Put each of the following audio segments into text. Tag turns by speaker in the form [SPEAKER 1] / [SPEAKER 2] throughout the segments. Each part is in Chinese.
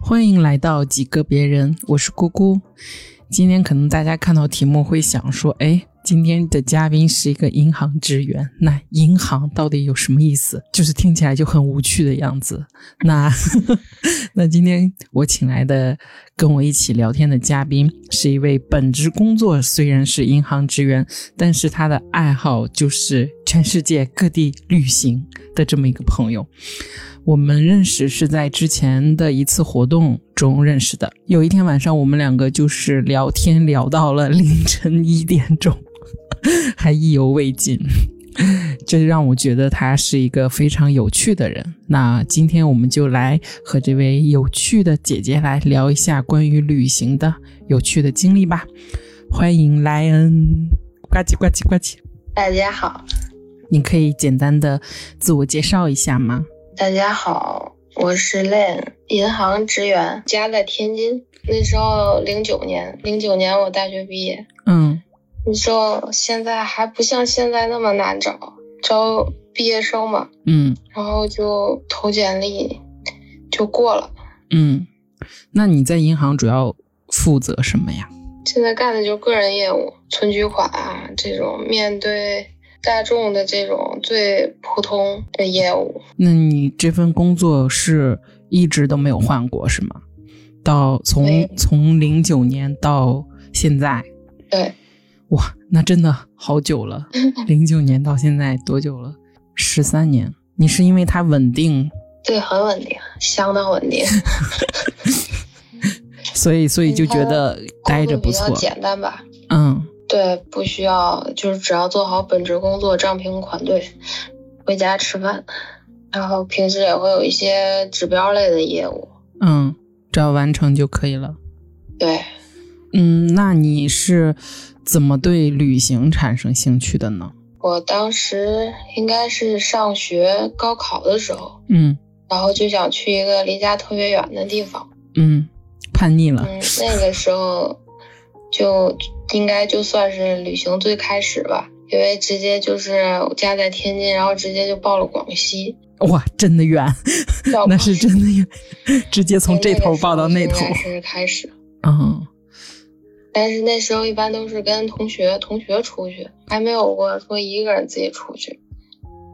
[SPEAKER 1] 欢迎来到几个别人，我是姑姑。今天可能大家看到题目会想说，哎，今天的嘉宾是一个银行职员，那银行到底有什么意思？就是听起来就很无趣的样子。那 那今天我请来的跟我一起聊天的嘉宾是一位本职工作虽然是银行职员，但是他的爱好就是全世界各地旅行的这么一个朋友。我们认识是在之前的一次活动中认识的。有一天晚上，我们两个就是聊天聊到了凌晨一点钟， 还意犹未尽。这让我觉得他是一个非常有趣的人。那今天我们就来和这位有趣的姐姐来聊一下关于旅行的有趣的经历吧。欢迎莱恩，呱唧呱唧呱唧，
[SPEAKER 2] 大家好，
[SPEAKER 1] 你可以简单的自我介绍一下吗？
[SPEAKER 2] 大家好，我是 Len，银行职员，家在天津。那时候零九年，零九年我大学毕业。
[SPEAKER 1] 嗯
[SPEAKER 2] 你说现在还不像现在那么难找，招毕业生嘛，
[SPEAKER 1] 嗯
[SPEAKER 2] 然后就投简历，就过了。
[SPEAKER 1] 嗯，那你在银行主要负责什么呀？
[SPEAKER 2] 现在干的就是个人业务，存取款啊这种，面对大众的这种最普通的业务。
[SPEAKER 1] 那你这份工作是一直都没有换过是吗？到从
[SPEAKER 2] 对
[SPEAKER 1] 从零九年到现在，
[SPEAKER 2] 对，
[SPEAKER 1] 哇，那真的好久 了，零九年到现在多久了？十三年。你是因为它稳定，
[SPEAKER 2] 对，很稳定，相当稳定。
[SPEAKER 1] 所以所以就觉得 待着不
[SPEAKER 2] 嗯工
[SPEAKER 1] 错
[SPEAKER 2] 作比。较简单吧？
[SPEAKER 1] 嗯
[SPEAKER 2] 对，不需要，就是只要做好本职工作，账评款对，回家吃饭，然后平时也会有一些指标类的业务。
[SPEAKER 1] 嗯，只要完成就可以了。
[SPEAKER 2] 对，
[SPEAKER 1] 嗯，那你是怎么对旅行产生兴趣的呢？
[SPEAKER 2] 我当时应该是上学高考的时候，
[SPEAKER 1] 嗯
[SPEAKER 2] 然后就想去一个离家特别远的地方。
[SPEAKER 1] 嗯，叛逆了。
[SPEAKER 2] 嗯，那个时候就应该就算是旅行最开始吧，因为直接就是我家在天津，然后直接就报了广西。
[SPEAKER 1] 哇，真的远，那
[SPEAKER 2] 到广
[SPEAKER 1] 是
[SPEAKER 2] 西
[SPEAKER 1] 真的远，直接从这头抱到那头
[SPEAKER 2] 应。该是开始。
[SPEAKER 1] 嗯
[SPEAKER 2] 但是那时候一般都是跟同学同学出去，还没有过说一个人自己出去。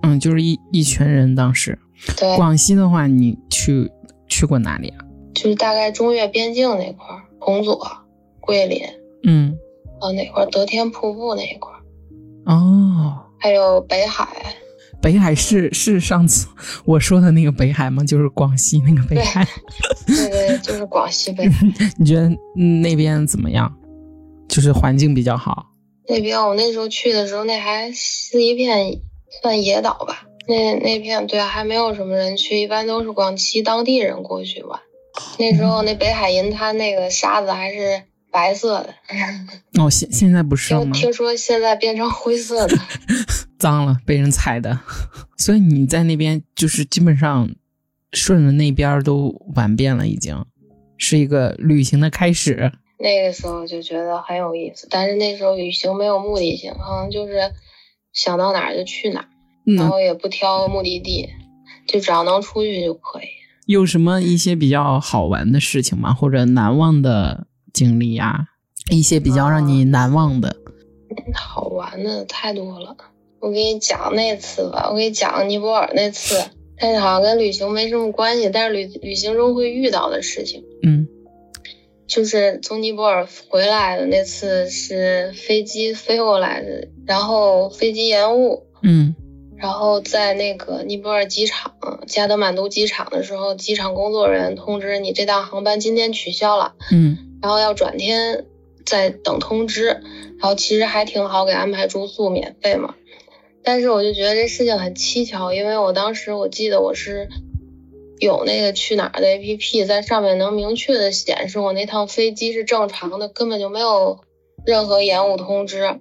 [SPEAKER 1] 嗯，就是一一群人。当时
[SPEAKER 2] 对，
[SPEAKER 1] 广西的话，你去去过哪里啊？
[SPEAKER 2] 就是大概中越边境那块儿，红左、桂林，
[SPEAKER 1] 嗯，
[SPEAKER 2] 还有哪块儿德天瀑布那一块儿，
[SPEAKER 1] 哦，
[SPEAKER 2] 还有北海。
[SPEAKER 1] 北海是是上次我说的那个北海吗？就是广西那个北海。
[SPEAKER 2] 对对，就是广西北海
[SPEAKER 1] 你觉得嗯那边怎么样？就是环境比较好。
[SPEAKER 2] 那边。我那时候去的时候，那还是一片算野岛吧。那那片对，啊还没有什么人去，一般都是广西当地人过去玩。那时候那北海银滩那个沙子还是白色的，
[SPEAKER 1] 哦，现现在不是了
[SPEAKER 2] 听
[SPEAKER 1] 吗？
[SPEAKER 2] 听说现在变成灰色的，
[SPEAKER 1] 脏了，被人踩的。 所以你在那边就是基本上顺着那边儿都玩遍了，已经是一个旅行的开始。
[SPEAKER 2] 那个时候就觉得很有意思。但是那时候旅行没有目的性，可能就是想到哪儿就去哪儿，然
[SPEAKER 1] 那
[SPEAKER 2] 后也不挑目的地，就只要能出去就可以。
[SPEAKER 1] 有什么一些比较好玩的事情吗？或者难忘的经历啊？一些比较让你难忘的？
[SPEAKER 2] 嗯好玩的太多了。我给你讲那次吧，我给你讲尼泊尔那次，但是好像跟旅行没什么关系，但是旅旅行中会遇到的事情。
[SPEAKER 1] 嗯
[SPEAKER 2] 就是从尼泊尔回来的那次是飞机飞过来的，然后飞机延误，
[SPEAKER 1] 嗯
[SPEAKER 2] 然后在那个尼泊尔机场加德满都机场的时候，机场工作人员通知你这趟航班今天取消了，
[SPEAKER 1] 嗯
[SPEAKER 2] 然后要转天再等通知。然后其实还挺好，给安排住宿免费嘛。但是我就觉得这事情很蹊跷，因为我当时我记得我是有那个去哪儿的 APP，在上面能明确的显示我那趟飞机是正常的，根本就没有任何延误通知。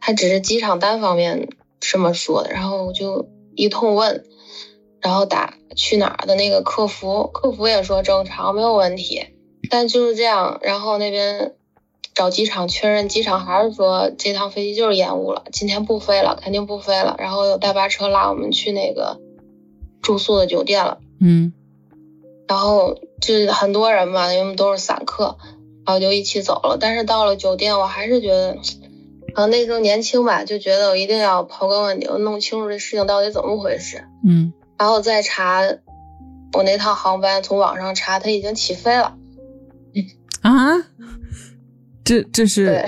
[SPEAKER 2] 他只是机场单方面这么说的，然后我就一通问，然后打去哪儿的那个客服，客服也说正常，没有问题。但就是这样，然后那边找机场确认，机场还是说这趟飞机就是延误了，今天不飞了，肯定不飞了。然后有大巴车拉我们去那个住宿的酒店了。
[SPEAKER 1] 嗯
[SPEAKER 2] 然后就是很多人嘛，因为我们都是散客，然后就一起走了。但是到了酒店，我还是觉得，可能那时候年轻吧，就觉得我一定要刨根问底，我弄清楚这事情到底怎么回事，
[SPEAKER 1] 嗯
[SPEAKER 2] 然后再查我那趟航班，从网上查它已经起飞了。
[SPEAKER 1] 啊，这这是
[SPEAKER 2] 对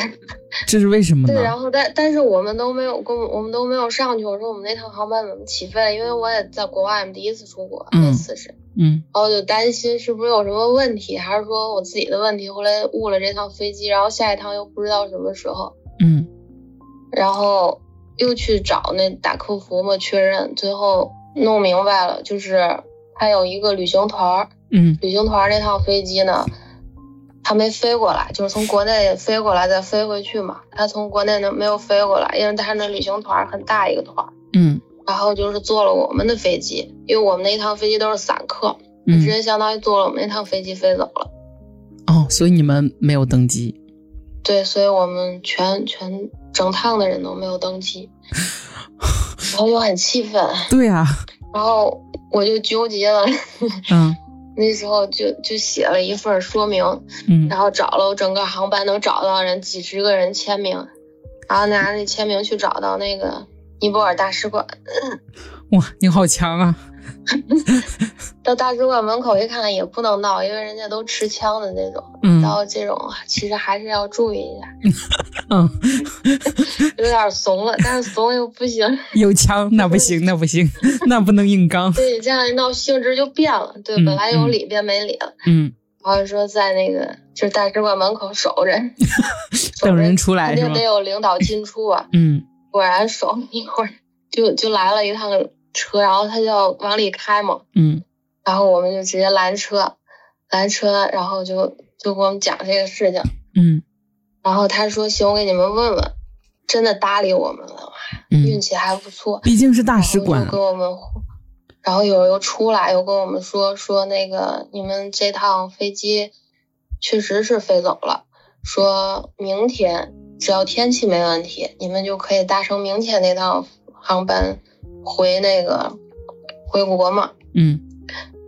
[SPEAKER 1] 这是为什么呢？
[SPEAKER 2] 对，然后但但是我们都没有跟我们都没有上去。我说我们那趟航班怎么起飞了？因为我也在国外，第一次出国，
[SPEAKER 1] 嗯
[SPEAKER 2] 那次是，
[SPEAKER 1] 嗯
[SPEAKER 2] 然后就担心是不是有什么问题，还是说我自己的问题？后来误了这趟飞机，然后下一趟又不知道什么时候，
[SPEAKER 1] 嗯
[SPEAKER 2] 然后又去找那打客服嘛确认，最后弄明白了，就是他有一个旅行团儿，
[SPEAKER 1] 嗯
[SPEAKER 2] 旅行团儿那趟飞机呢，他没飞过来，就是从国内飞过来再飞回去嘛。他从国内呢没有飞过来，因为他那旅行团儿很大一个团儿，
[SPEAKER 1] 嗯
[SPEAKER 2] 然后就是坐了我们的飞机，因为我们那一趟飞机都是散客，直
[SPEAKER 1] 嗯，
[SPEAKER 2] 接相当于坐了我们那趟飞机飞走了。
[SPEAKER 1] 哦，所以你们没有登机。
[SPEAKER 2] 对，所以我们全全整趟的人都没有登机，然后就很气愤，
[SPEAKER 1] 对 啊，
[SPEAKER 2] 然后我就纠结了，
[SPEAKER 1] 嗯
[SPEAKER 2] 那时候就就写了一份说明，
[SPEAKER 1] 嗯
[SPEAKER 2] 然后找了我整个航班能找到人几十个人签名，然后拿那签名去找到那个尼泊尔大使馆，
[SPEAKER 1] 哇，你好强啊！
[SPEAKER 2] 到大使馆门口一看也不能闹，因为人家都持枪的那种，
[SPEAKER 1] 嗯
[SPEAKER 2] 然后这种其实还是要注意一下，
[SPEAKER 1] 嗯，
[SPEAKER 2] 有点怂了，但是怂又不行。
[SPEAKER 1] 有枪那不行，那不行， 那不能硬刚。
[SPEAKER 2] 对，这样闹性质就变了，对，
[SPEAKER 1] 嗯
[SPEAKER 2] 本来有理变没理了。
[SPEAKER 1] 嗯，
[SPEAKER 2] 然后说在那个就是大使馆门口守着，守
[SPEAKER 1] 等
[SPEAKER 2] 着
[SPEAKER 1] 人出来哎
[SPEAKER 2] 肯
[SPEAKER 1] 是
[SPEAKER 2] 定
[SPEAKER 1] 吧
[SPEAKER 2] 得？有领导进出 啊。
[SPEAKER 1] 嗯
[SPEAKER 2] 果然守了一会儿，就就来了一趟车，然后他就要往里开嘛，
[SPEAKER 1] 嗯
[SPEAKER 2] 然后我们就直接拦车，拦车，然后就就给我们讲这个事情，
[SPEAKER 1] 嗯
[SPEAKER 2] 然后他说行，我给你们问问，真的搭理我们了，运
[SPEAKER 1] 嗯，
[SPEAKER 2] 气还不错。
[SPEAKER 1] 毕竟是大
[SPEAKER 2] 然
[SPEAKER 1] 使
[SPEAKER 2] 后
[SPEAKER 1] 馆
[SPEAKER 2] 就，跟我们，然后有人又出来又跟我们说说那个你们这趟飞机确实是飞走了，说明天只要天气没问题，你们就可以搭乘明天那趟航班回那个回国嘛。
[SPEAKER 1] 嗯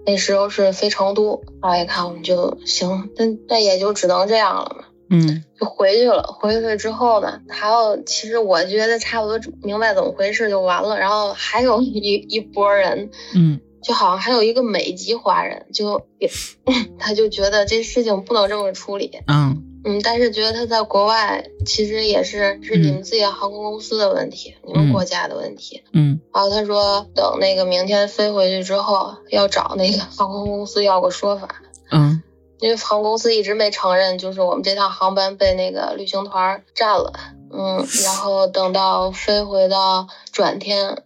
[SPEAKER 2] 那时候是飞成都，后一看我们就行，那那也就只能这样了嘛。
[SPEAKER 1] 嗯
[SPEAKER 2] 就回去了。回去之后呢，还有其实我觉得差不多明白怎么回事就完了。然后还有一一波人，
[SPEAKER 1] 嗯
[SPEAKER 2] 就好像还有一个美籍华人，就也 他就觉得这事情不能这么处理，
[SPEAKER 1] 啊
[SPEAKER 2] 嗯，但是觉得他在国外其实也是是你们自己的航空公司的问题，你们国家的问题。
[SPEAKER 1] 嗯
[SPEAKER 2] 然后他说，等那个明天飞回去之后，要找那个航空公司要个说法。
[SPEAKER 1] 嗯
[SPEAKER 2] 因为航空公司一直没承认，就是我们这趟航班被那个旅行团儿占了，嗯，然后等到飞回到转天，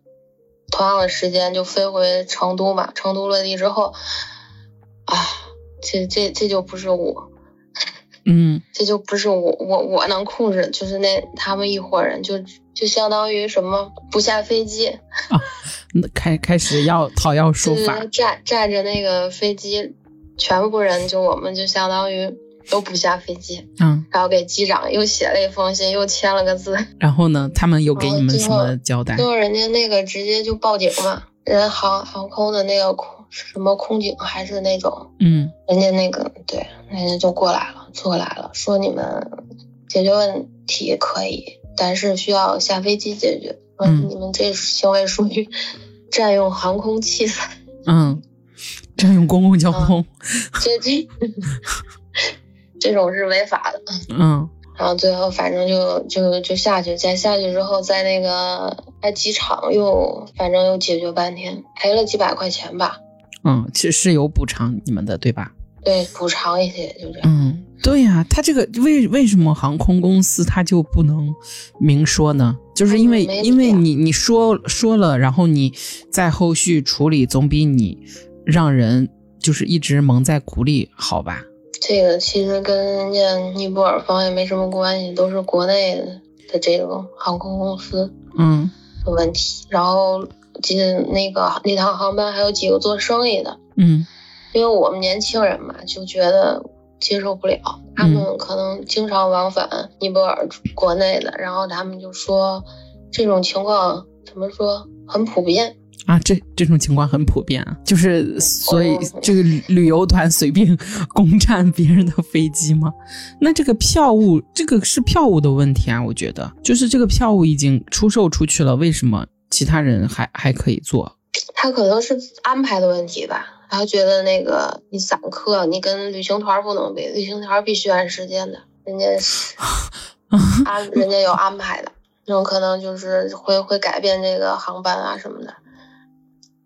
[SPEAKER 2] 同样的时间就飞回成都嘛，成都落地之后，啊，这这这就不是我，
[SPEAKER 1] 嗯
[SPEAKER 2] 这就不是我我我能控制，就是那他们一伙人就就相当于什么不下飞机，
[SPEAKER 1] 嗯，开开始要讨要说
[SPEAKER 2] 对
[SPEAKER 1] 法
[SPEAKER 2] 对，对，站站着那个飞机，全部人就我们就相当于都不下飞机。
[SPEAKER 1] 嗯，
[SPEAKER 2] 然后给机长又写了一封信，又签了个字。
[SPEAKER 1] 然后呢，他们有给你们什么交代
[SPEAKER 2] 哦最？后人家那个直接就报警嘛，人航航空的那个空是什么空警还是那种，
[SPEAKER 1] 嗯
[SPEAKER 2] 人家那个对，人家就过来了，坐来了，说你们解决问题可以，但是需要下飞机解决。
[SPEAKER 1] 嗯
[SPEAKER 2] 你们这行为属于占用航空器材，
[SPEAKER 1] 嗯，占用公共交通，
[SPEAKER 2] 这这 这种是违法的。
[SPEAKER 1] 嗯
[SPEAKER 2] 然后最后反正就就就下去，再下去之后，在那个在机场又反正又解决半天，赔了几百块钱吧，
[SPEAKER 1] 嗯，是是有补偿你们的，对吧？
[SPEAKER 2] 对，补偿一些，就这样。
[SPEAKER 1] 嗯，对呀、他这个为为什么航空公司他就不能明说呢？就是因为
[SPEAKER 2] 没理啊
[SPEAKER 1] 因为你你说说了，然后你在后续处理，总比你让人就是一直蒙在鼓里好吧？
[SPEAKER 2] 这个其实跟人家尼泊尔方也没什么关系，都是国内的这种航空公司
[SPEAKER 1] 嗯
[SPEAKER 2] 的问题。然后记得那个那趟航班还有几个做生意的，
[SPEAKER 1] 嗯
[SPEAKER 2] 因为我们年轻人嘛，就觉得接受不了，他们可能经常往返尼泊尔国内的，然后他们就说这种情况怎么说很普遍，
[SPEAKER 1] 啊，这这种情况很普遍啊，就是所以这个旅旅游团随便攻占别人的飞机吗？那这个票务，这个是票务的问题啊，我觉得就是这个票务已经出售出去了，为什么其他人还还可以做？
[SPEAKER 2] 他可能是安排的问题吧。然后觉得那个你散客，你跟旅行团不能比，旅行团必须按时间的，人家是安人家有安排的，那种可能就是会会改变这个航班啊什么的，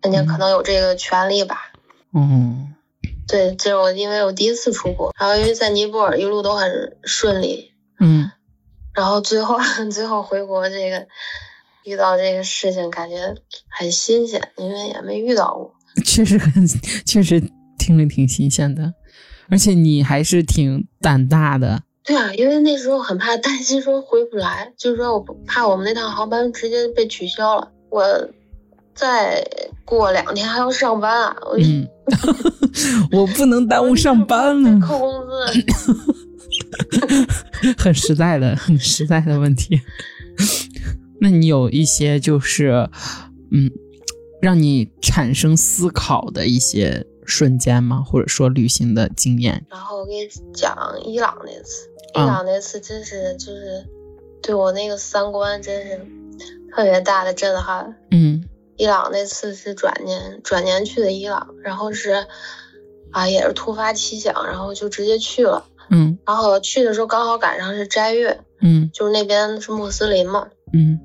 [SPEAKER 2] 人家可能有这个权利吧。
[SPEAKER 1] 嗯，
[SPEAKER 2] 对，这是我因为我第一次出国，然后因为在尼泊尔一路都很顺利，
[SPEAKER 1] 嗯，
[SPEAKER 2] 然后最后 最后回国这个遇到这个事情，感觉很新鲜，因为也没遇到过。
[SPEAKER 1] 嗯确实很，确实听着挺新鲜的，而且你还是挺胆大的，
[SPEAKER 2] 对啊，因为那时候很怕担心说回不来，就是说我不怕我们那趟航班直接被取消了。我再过两天还要上班啊，我就
[SPEAKER 1] 嗯， 我不能耽误上班
[SPEAKER 2] 被
[SPEAKER 1] 了，
[SPEAKER 2] 扣工资。
[SPEAKER 1] 很实在的，很实在的问 题。那你有一些就是，嗯，让你产生思考的一些瞬间吗？或者说旅行的经验？
[SPEAKER 2] 然后我给你讲伊朗那次，伊
[SPEAKER 1] 啊
[SPEAKER 2] 朗那次真是就是对我那个三观真是特别大的震撼。
[SPEAKER 1] 嗯
[SPEAKER 2] 伊朗那次是转年转年去的伊朗，然后是啊也是突发奇想，然后就直接去了。
[SPEAKER 1] 嗯
[SPEAKER 2] 然后去的时候刚好赶上是斋月，
[SPEAKER 1] 嗯
[SPEAKER 2] 就是那边是穆斯林嘛，
[SPEAKER 1] 嗯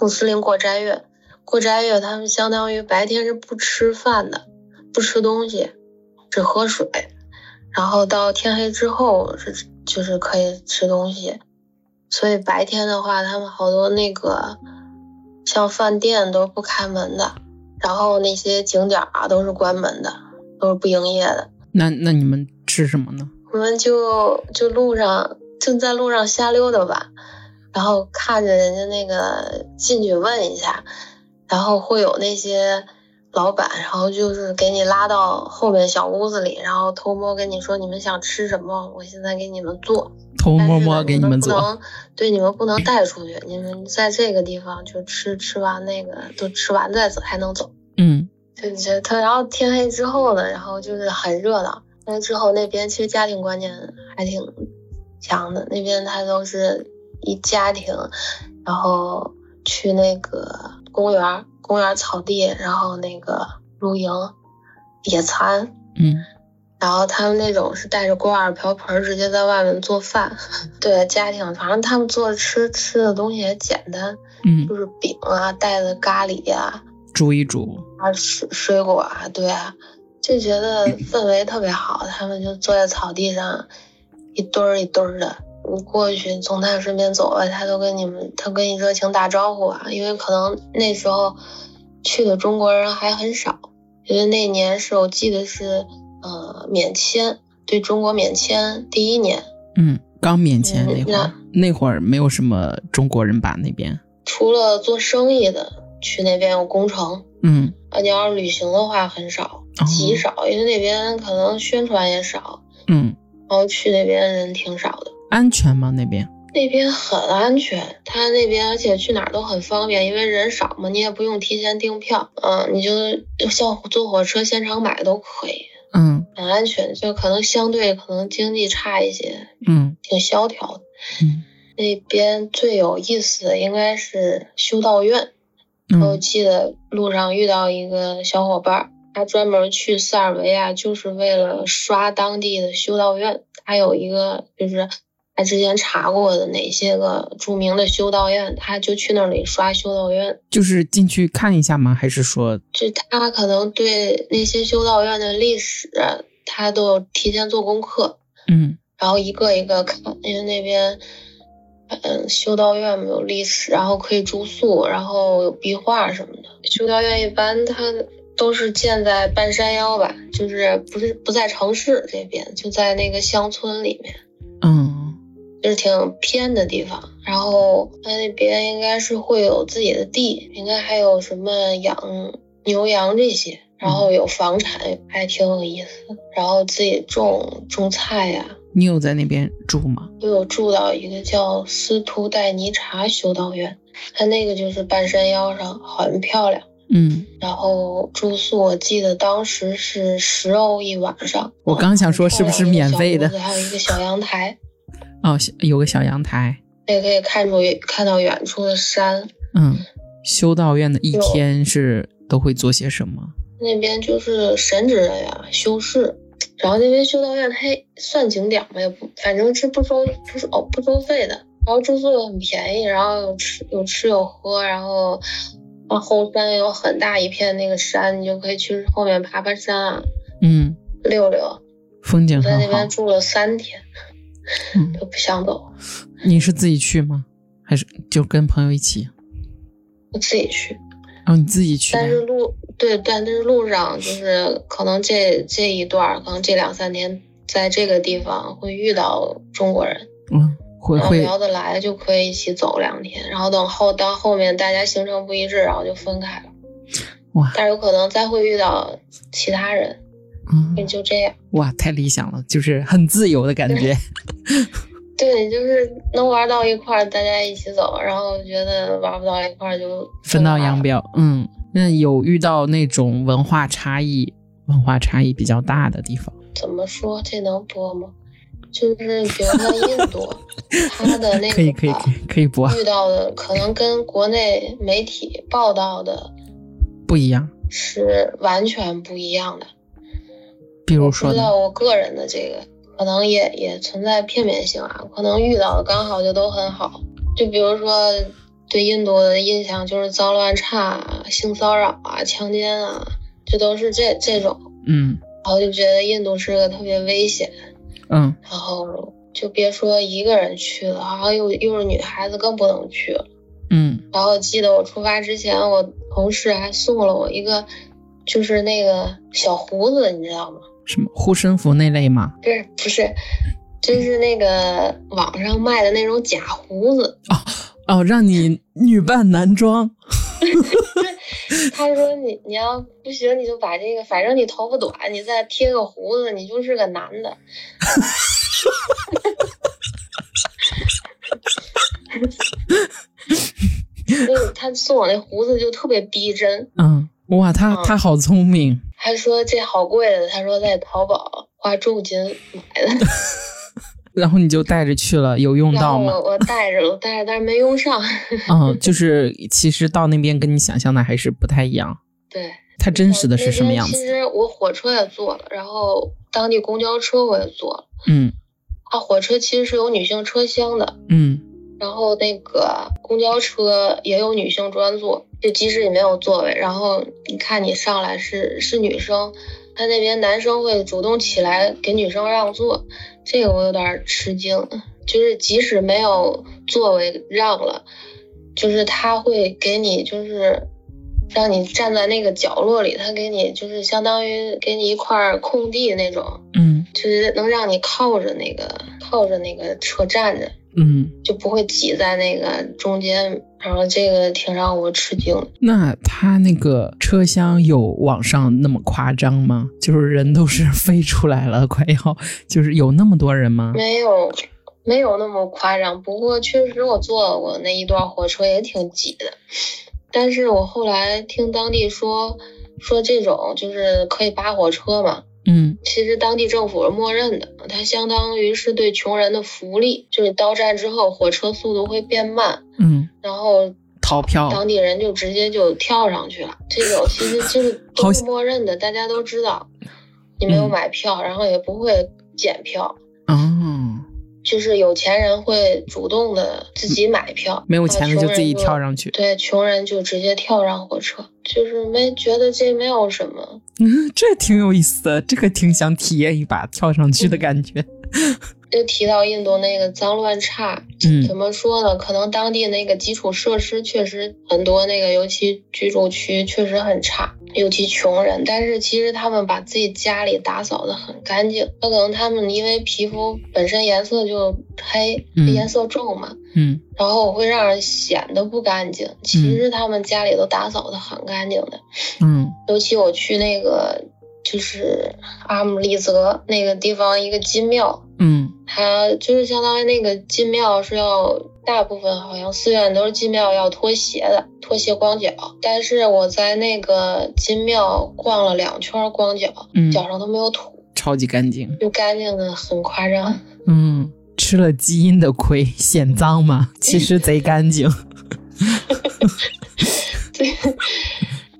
[SPEAKER 2] 穆斯林过斋月，过斋月他们相当于白天是不吃饭的，不吃东西，只喝水，然后到天黑之后是就是可以吃东西，所以白天的话，他们好多那个像饭店都是不开门的，然后那些景点啊都是关门的，都是不营业的。
[SPEAKER 1] 那那你们吃什么呢？
[SPEAKER 2] 我们就就路上就在路上瞎溜达吧，然后看着人家那个进去问一下，然后会有那些老板，然后就是给你拉到后面小屋子里，然后偷摸跟你说你们想吃什么，我现在给你们做，
[SPEAKER 1] 偷
[SPEAKER 2] 但是
[SPEAKER 1] 摸
[SPEAKER 2] 呢
[SPEAKER 1] 摸给
[SPEAKER 2] 你
[SPEAKER 1] 你们
[SPEAKER 2] 不
[SPEAKER 1] 做，
[SPEAKER 2] 能对你们不能带出去，你们在这个地方就吃吃完那个都吃完再走才能走。
[SPEAKER 1] 嗯
[SPEAKER 2] 就觉得特，然后天黑之后呢，然后就是很热闹。但是之后那边其实家庭观念还挺强的，那边他都是一家庭，然后去那个公园儿，公园儿草地，然后那个露营、野餐，
[SPEAKER 1] 嗯。
[SPEAKER 2] 然后他们那种是带着锅碗瓢盆儿直接在外面做饭。 对，家庭，反正他们做吃吃的东西也简单，
[SPEAKER 1] 嗯
[SPEAKER 2] 就是饼啊，带的咖喱啊呀、
[SPEAKER 1] 煮一煮，
[SPEAKER 2] 啊，水水果啊，对啊，就觉得氛围特别好。他们就坐在草地上，一堆儿一堆儿的。你过去从他身边走吧，他都跟你们，他跟你热情打招呼啊。因为可能那时候去的中国人还很少，因为那年是我记得是呃免签，对中国免签第一年，
[SPEAKER 1] 嗯，刚免签
[SPEAKER 2] 嗯
[SPEAKER 1] 那会儿
[SPEAKER 2] 那，
[SPEAKER 1] 那会儿没有什么中国人吧那边，
[SPEAKER 2] 除了做生意的去那边有工程，
[SPEAKER 1] 嗯哦
[SPEAKER 2] 啊，你要是旅行的话很少，极少，因为那边可能宣传也少，
[SPEAKER 1] 嗯，
[SPEAKER 2] 然后去那边人挺少的。
[SPEAKER 1] 安全吗那边？
[SPEAKER 2] 那边很安全，他那边而且去哪儿都很方便，因为人少嘛，你也不用提前订票，嗯，你就像坐火车现场买都可以，
[SPEAKER 1] 嗯
[SPEAKER 2] 很安全。就可能相对可能经济差一些，
[SPEAKER 1] 嗯
[SPEAKER 2] 挺萧条的。
[SPEAKER 1] 嗯
[SPEAKER 2] 那边最有意思的应该是修道院，我
[SPEAKER 1] 嗯
[SPEAKER 2] 记得路上遇到一个小伙伴儿，他专门去塞尔维亚就是为了刷当地的修道院。他有一个就是他之前查过的哪些个著名的修道院，他就去那里刷修道院。
[SPEAKER 1] 就是进去看一下吗？还是说，
[SPEAKER 2] 就他可能对那些修道院的历史，他都有提前做功课，
[SPEAKER 1] 嗯
[SPEAKER 2] 然后一个一个看，因为那边。嗯，修道院没有历史，然后可以住宿，然后有壁画什么的。修道院一般它都是建在半山腰吧，就是不是不在城市这边，就在那个乡村里面，
[SPEAKER 1] 嗯
[SPEAKER 2] 就是挺偏的地方。然后它那边应该是会有自己的地，应该还有什么养牛羊这些，然后有房产，还挺有意思。然后自己种种菜呀、
[SPEAKER 1] 你有在那边住吗？
[SPEAKER 2] 我有住到一个叫斯图代尼察修道院，它那个就是半山腰上，很漂亮。
[SPEAKER 1] 嗯，
[SPEAKER 2] 然后住宿我记得当时是十欧一晚上。
[SPEAKER 1] 我刚想说是不是免费的
[SPEAKER 2] 后来有一个小屋子还有一个小阳台，
[SPEAKER 1] 哦，小有个小阳台，
[SPEAKER 2] 也可以看出看到远处的山。
[SPEAKER 1] 嗯，修道院的一
[SPEAKER 2] 有
[SPEAKER 1] 天是都会做些什么？
[SPEAKER 2] 那边就是神职人员、修士，然后那边修道院它也算景点吧，也不，反正是不收不收哦不收费的，然后住宿又很便宜，然后有吃有吃有喝，然后啊后山有很大一片那个山，你就可以去后面爬爬山啊，
[SPEAKER 1] 嗯，
[SPEAKER 2] 溜溜。
[SPEAKER 1] 风景
[SPEAKER 2] 我在
[SPEAKER 1] 很
[SPEAKER 2] 那
[SPEAKER 1] 嗯好
[SPEAKER 2] 边。住了三天，
[SPEAKER 1] 嗯，
[SPEAKER 2] 都不想走，
[SPEAKER 1] 你是自己去吗？还是就跟朋友一起？
[SPEAKER 2] 我自己去。
[SPEAKER 1] 哦，你自己去的
[SPEAKER 2] 但是路对，但是路上就是可能这这一段儿，可能这两三天在这个地方会遇到中国人。
[SPEAKER 1] 嗯，会
[SPEAKER 2] 然后
[SPEAKER 1] 会
[SPEAKER 2] 聊得来就可以一起走两天，然后等后到后面大家行程不一致，然后就分开了。
[SPEAKER 1] 哇，
[SPEAKER 2] 但是有可能再会遇到其他人，
[SPEAKER 1] 嗯
[SPEAKER 2] 也就这样。
[SPEAKER 1] 哇，太理想了，就是很自由的感觉。
[SPEAKER 2] 对，就是能玩到一块儿，大家一起走，然后觉得玩不到一块儿就
[SPEAKER 1] 分道
[SPEAKER 2] 分开
[SPEAKER 1] 扬
[SPEAKER 2] 了。
[SPEAKER 1] 镳。嗯，那有遇到那种文化差异，文化差异比较大的地方，
[SPEAKER 2] 怎么说？这能播吗？就是比如说印 度，它的那个
[SPEAKER 1] 可以可以可以可以啊播，
[SPEAKER 2] 遇到的可能跟国内媒体报道的
[SPEAKER 1] 不一样。
[SPEAKER 2] 是完全不一样的。
[SPEAKER 1] 比如
[SPEAKER 2] 我
[SPEAKER 1] 说
[SPEAKER 2] 不知
[SPEAKER 1] 呢，
[SPEAKER 2] 道我个人的这个可能也也存在片面性啊，可能遇到的刚好就都很好。就比如说对印度的印象就是脏乱差啊、性骚扰啊、强奸啊，这都是这这种，
[SPEAKER 1] 嗯
[SPEAKER 2] 然后就觉得印度是个特别危险，
[SPEAKER 1] 嗯
[SPEAKER 2] 然后就别说一个人去了，然后又又是女孩子更不能去了。
[SPEAKER 1] 嗯
[SPEAKER 2] 然后记得我出发之前，我同事还送了我一个，就是那个小胡子，你知道吗？
[SPEAKER 1] 什么护身符那类嘛？
[SPEAKER 2] 不是不是，就是那个网上卖的那种假胡子。
[SPEAKER 1] 哦，让你女扮男装。
[SPEAKER 2] 他说你你要不行，你就把这个，反正你头发短，你再贴个胡子，你就是个男的。 就是他送我那胡子就特别逼真，
[SPEAKER 1] 嗯，哇，他
[SPEAKER 2] 嗯
[SPEAKER 1] 他好聪明。
[SPEAKER 2] 他说这好贵的，他说在淘宝花重金买的，
[SPEAKER 1] 然后你就带着去了，有用
[SPEAKER 2] 然
[SPEAKER 1] 到
[SPEAKER 2] 后
[SPEAKER 1] 吗？
[SPEAKER 2] 我我带着了，带着但是没用上，
[SPEAKER 1] 嗯，就是其实到那边跟你想象的还是不太一样。
[SPEAKER 2] 对。
[SPEAKER 1] 它真实的是什么样
[SPEAKER 2] 那边其
[SPEAKER 1] 子？
[SPEAKER 2] 实我火车也坐了，然后当地公交车我也坐了。
[SPEAKER 1] 嗯
[SPEAKER 2] 啊，火车其实是有女性车厢的，
[SPEAKER 1] 嗯
[SPEAKER 2] 然后那个公交车也有女性专座，就即使你没有座位，然后你看你上来是是女生，他那边男生会主动起来给女生让座，这个我有点吃惊，就是即使没有座位让了，就是他会给你就是。让你站在那个角落里，他给你就是相当于给你一块空地那种，
[SPEAKER 1] 嗯
[SPEAKER 2] 就是能让你靠着那个靠着那个车站着，
[SPEAKER 1] 嗯，
[SPEAKER 2] 就不会挤在那个中间，然后这个挺让我吃惊的。
[SPEAKER 1] 那它那个车厢有网上那么夸张吗？就是人都是飞出来了，快要就是有那么多人吗？
[SPEAKER 2] 没有，没有那么夸张，不过确实我坐过那一段火车也挺挤的。但是我后来听当地说，说这种就是可以扒火车嘛，
[SPEAKER 1] 嗯
[SPEAKER 2] 其实当地政府是默认的，它相当于是对穷人的福利，就是到站之后火车速度会变慢，
[SPEAKER 1] 嗯，
[SPEAKER 2] 然后
[SPEAKER 1] 逃票
[SPEAKER 2] 当地人就直接就跳上去了。这种 其实就是
[SPEAKER 1] 好
[SPEAKER 2] 都是
[SPEAKER 1] 像
[SPEAKER 2] 默认的，大家都知道。你没有
[SPEAKER 1] 嗯
[SPEAKER 2] 买票，然后也不会检票，
[SPEAKER 1] 哦，
[SPEAKER 2] 就是有钱人会主动的自己买票，
[SPEAKER 1] 没有钱的
[SPEAKER 2] 然后
[SPEAKER 1] 就
[SPEAKER 2] 穷
[SPEAKER 1] 自己
[SPEAKER 2] 人
[SPEAKER 1] 跳。上去，
[SPEAKER 2] 对，穷人就直接跳上火车，就是没觉得这没有什么。
[SPEAKER 1] 嗯， 这挺有意思的，这个挺想体验一把跳上去的感觉。
[SPEAKER 2] 就提到印度那个脏乱差，
[SPEAKER 1] 嗯
[SPEAKER 2] 怎么说呢？可能当地那个基础设施确实很多，那个尤其居住区确实很差，尤其穷人。但是其实他们把自己家里打扫的很干净，那可能他们因为皮肤本身颜色就黑，
[SPEAKER 1] 嗯
[SPEAKER 2] 颜色重嘛，
[SPEAKER 1] 嗯
[SPEAKER 2] 然后会让人显得不干净。其实他们家里都打扫的很干净的，
[SPEAKER 1] 嗯
[SPEAKER 2] 尤其我去那个就是阿姆利泽那个地方一个金庙，
[SPEAKER 1] 嗯
[SPEAKER 2] 它就是相当于那个进庙是要大部分好像寺院都是进庙要脱鞋的，脱鞋光脚。但是我在那个金庙逛了两圈，光脚，
[SPEAKER 1] 嗯
[SPEAKER 2] 脚上都没有土，
[SPEAKER 1] 超级干净。
[SPEAKER 2] 就干净的很夸张。
[SPEAKER 1] 嗯，吃了基因的亏，显脏嘛，其实贼干净。
[SPEAKER 2] 对，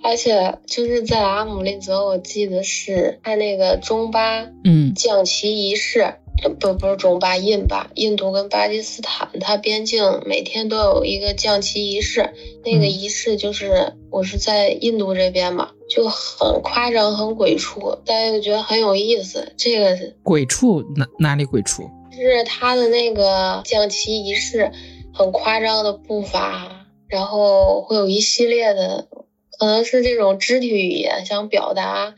[SPEAKER 2] 而且就是在阿姆利则，我记得是看那个中巴
[SPEAKER 1] 嗯
[SPEAKER 2] 降旗仪式，呃不不是中巴，印巴，印度跟巴基斯坦它边境每天都有一个降旗仪式，那个
[SPEAKER 1] 嗯
[SPEAKER 2] 仪式就是我是在印度这边嘛，就很夸张，很鬼畜，但又觉得很有意思。这个
[SPEAKER 1] 鬼畜哪哪里鬼畜？
[SPEAKER 2] 是他的那个降旗仪式，很夸张的步伐，然后会有一系列的，可能是这种肢体语言想表达。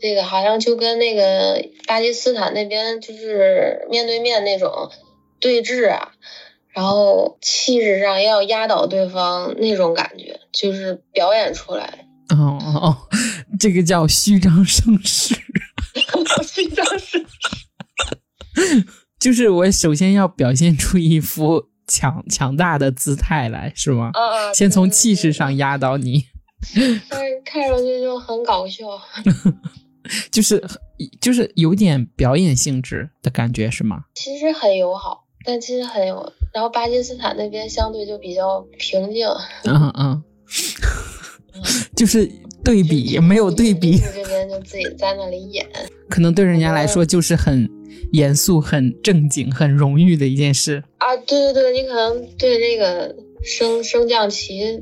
[SPEAKER 2] 这个好像就跟那个巴基斯坦那边就是面对面那种对峙啊，然后气势上要压倒对方那种感觉，就是表演出来。
[SPEAKER 1] 哦哦哦，这个叫虚张声势。
[SPEAKER 2] 当时
[SPEAKER 1] 就是我首先要表现出一副强强大的姿态来，是吗？
[SPEAKER 2] 啊啊，
[SPEAKER 1] 先从
[SPEAKER 2] 对对
[SPEAKER 1] 气势
[SPEAKER 2] 对
[SPEAKER 1] 上压倒你，
[SPEAKER 2] 但是看上去就很搞笑。
[SPEAKER 1] 就是就是有点表演性质的感觉，是吗？
[SPEAKER 2] 其实很友好，但其实很友。然后巴基斯坦那边相对就比较平静，
[SPEAKER 1] 嗯嗯， 就是对比没有对比
[SPEAKER 2] 印，度这边就自己在那里演。
[SPEAKER 1] 可能对人家来说就是很严肃、很正经、很荣誉的一件事。
[SPEAKER 2] 啊，对对对，你可能对这个升升降旗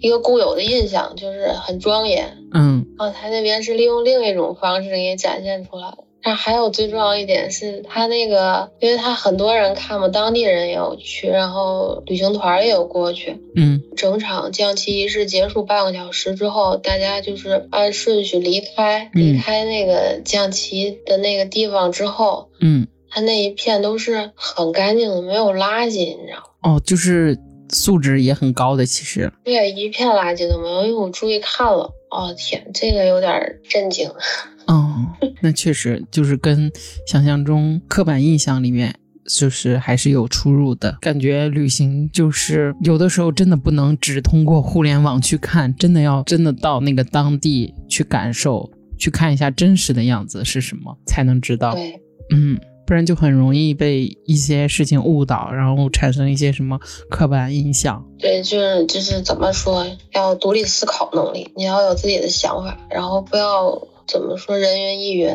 [SPEAKER 2] 一个固有的印象就是很庄严，
[SPEAKER 1] 嗯
[SPEAKER 2] 然后他那边是利用另一种方式给你展现出来的。那还有最重要一点是，他那个，因为他很多人看嘛，当地人也有去，然后旅行团也有过去，
[SPEAKER 1] 嗯
[SPEAKER 2] 整场降旗仪式结束半个小时之后，大家就是按顺序离开，
[SPEAKER 1] 嗯
[SPEAKER 2] 离开那个降旗的那个地方之后，
[SPEAKER 1] 嗯，
[SPEAKER 2] 它那一片都是很干净的，没有垃圾，你知道吗？
[SPEAKER 1] 哦，就是素质也很高的，其实。
[SPEAKER 2] 对，一片垃圾都没有，因为我注意看了，哦天，这个有点震惊。
[SPEAKER 1] 哦，那确实就是跟想象中刻板印象里面。就是还是有出入的感觉，旅行就是有的时候真的不能只通过互联网去看，真的要真的到那个当地去感受，去看一下真实的样子是什么，才能知道。
[SPEAKER 2] 对，
[SPEAKER 1] 嗯，不然就很容易被一些事情误导，然后产生一些什么刻板印象。
[SPEAKER 2] 对，就是就是怎么说，要独立思考能力，你要有自己的想法，然后不要怎么说人云亦云。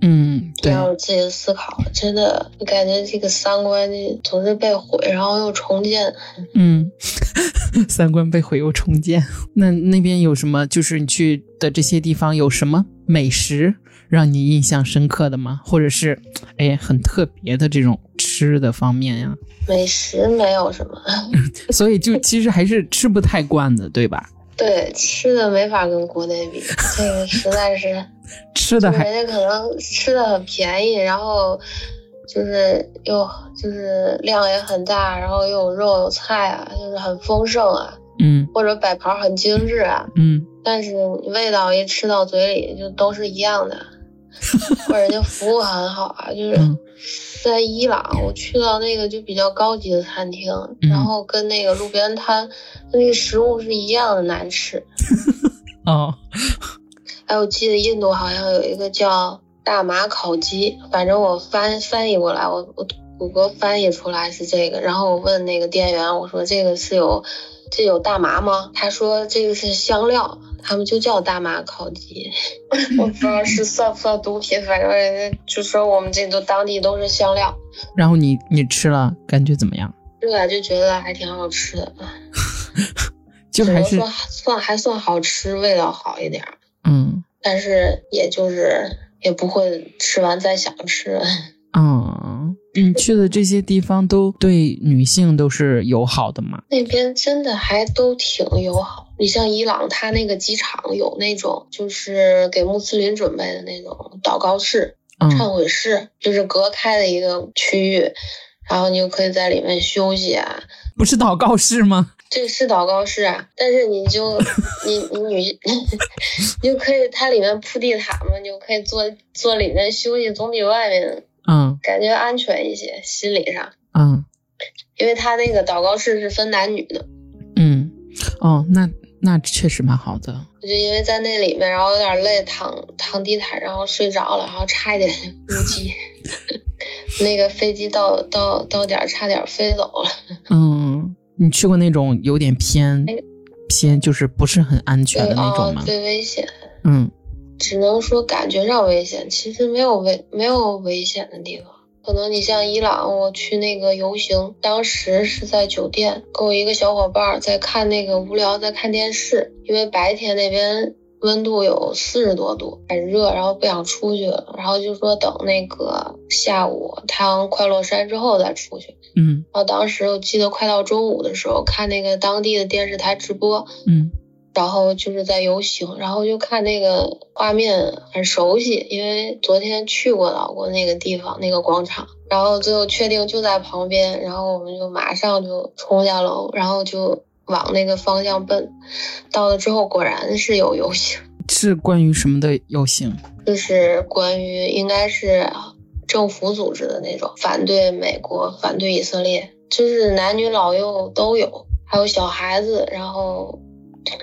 [SPEAKER 1] 嗯，对，
[SPEAKER 2] 要有自己的思考，真的，我感觉这个三观就总是被毁，然后又重建。
[SPEAKER 1] 嗯， 三观被毁又重建。 那那边有什么？就是你去的这些地方有什么美食让你印象深刻的吗？或者是哎很特别的这种吃的方面呀？
[SPEAKER 2] 美食没有什么，
[SPEAKER 1] 所以就其实还是吃不太惯的，对吧？
[SPEAKER 2] 对吃的没法跟国内比，这个实在是，
[SPEAKER 1] 吃
[SPEAKER 2] 就
[SPEAKER 1] 的还
[SPEAKER 2] 人家可能吃的很便宜，然后就是又就是量也很大，然后又有肉有菜啊，就是很丰盛啊，
[SPEAKER 1] 嗯
[SPEAKER 2] 或者摆盘很精致啊，
[SPEAKER 1] 嗯，
[SPEAKER 2] 但是味道一吃到嘴里就都是一样的，或者人家服务很好啊，就是
[SPEAKER 1] 嗯
[SPEAKER 2] 在伊朗，我去到那个就比较高级的餐厅，然后跟那个路边摊那个食物是一样的难吃。
[SPEAKER 1] 哦，
[SPEAKER 2] 哎，我记得印度好像有一个叫大麻烤鸡，反正我翻翻译过来，我我谷歌翻译出来是这个。然后我问那个店员，我说这个是有这有大麻吗？他说这个是香料，他们就叫大麻烤鸡。 我不知道是算不算毒品，反正人家就说我们这都当地都是香料。
[SPEAKER 1] 然后你你吃了感觉怎么样？
[SPEAKER 2] 这个就觉得还挺好吃的，
[SPEAKER 1] 就
[SPEAKER 2] 只
[SPEAKER 1] 还
[SPEAKER 2] 能
[SPEAKER 1] 是
[SPEAKER 2] 说算还算好吃，味道好一点儿，
[SPEAKER 1] 嗯
[SPEAKER 2] 但是也就是也不会吃完再想吃。
[SPEAKER 1] 嗯，你去的这些地方都对女性都是友好的嘛？
[SPEAKER 2] 那边真的还都挺友好。你像伊朗，它那个机场有那种就是给穆斯林准备的那种祷告室、
[SPEAKER 1] 嗯
[SPEAKER 2] 忏悔室，就是隔开的一个区域，然后你就可以在里面休息啊。
[SPEAKER 1] 不是祷告室吗？
[SPEAKER 2] 这是祷告室啊，但是你就你你女， 你就可以它里面铺地毯嘛，你就可以坐坐里面休息，总比外面
[SPEAKER 1] 嗯
[SPEAKER 2] 感觉安全一些，心理上。
[SPEAKER 1] 嗯
[SPEAKER 2] 因为他那个祷告室是分男女的，
[SPEAKER 1] 嗯，哦，那那确实蛮好的。
[SPEAKER 2] 我就因为在那里面，然后有点累，躺躺地毯，然后睡着了，然后差一点误机， 那个飞机到到到点儿差点飞走了。
[SPEAKER 1] 嗯，你去过那种有点偏
[SPEAKER 2] 那个
[SPEAKER 1] 偏，就是不是很安
[SPEAKER 2] 对
[SPEAKER 1] 全的那种吗
[SPEAKER 2] 哦、？哎对危险，
[SPEAKER 1] 嗯，
[SPEAKER 2] 只能说感觉上危险，其实没有危没有危险的地方。可能你像伊朗，我去那个游行，当时是在酒店，跟我一个小伙伴儿在看那个无聊，在看电视，因为白天那边温度有四十多度，很热，然后不想出去了，然后就说等那个下午太阳快落山之后再出去。
[SPEAKER 1] 嗯
[SPEAKER 2] 然后当时我记得快到中午的时候，看那个当地的电视台直播，
[SPEAKER 1] 嗯
[SPEAKER 2] 然后就是在游行，然后就看那个画面很熟悉，因为昨天去过老挝那个地方那个广场，然后最后确定就在旁边，然后我们就马上就冲下楼，然后就往那个方向奔。到了之后，果然是有游行，
[SPEAKER 1] 是关于什么的游行？
[SPEAKER 2] 就是关于应该是政府组织的那种，反对美国，反对以色列，就是男女老幼都有，还有小孩子。然后，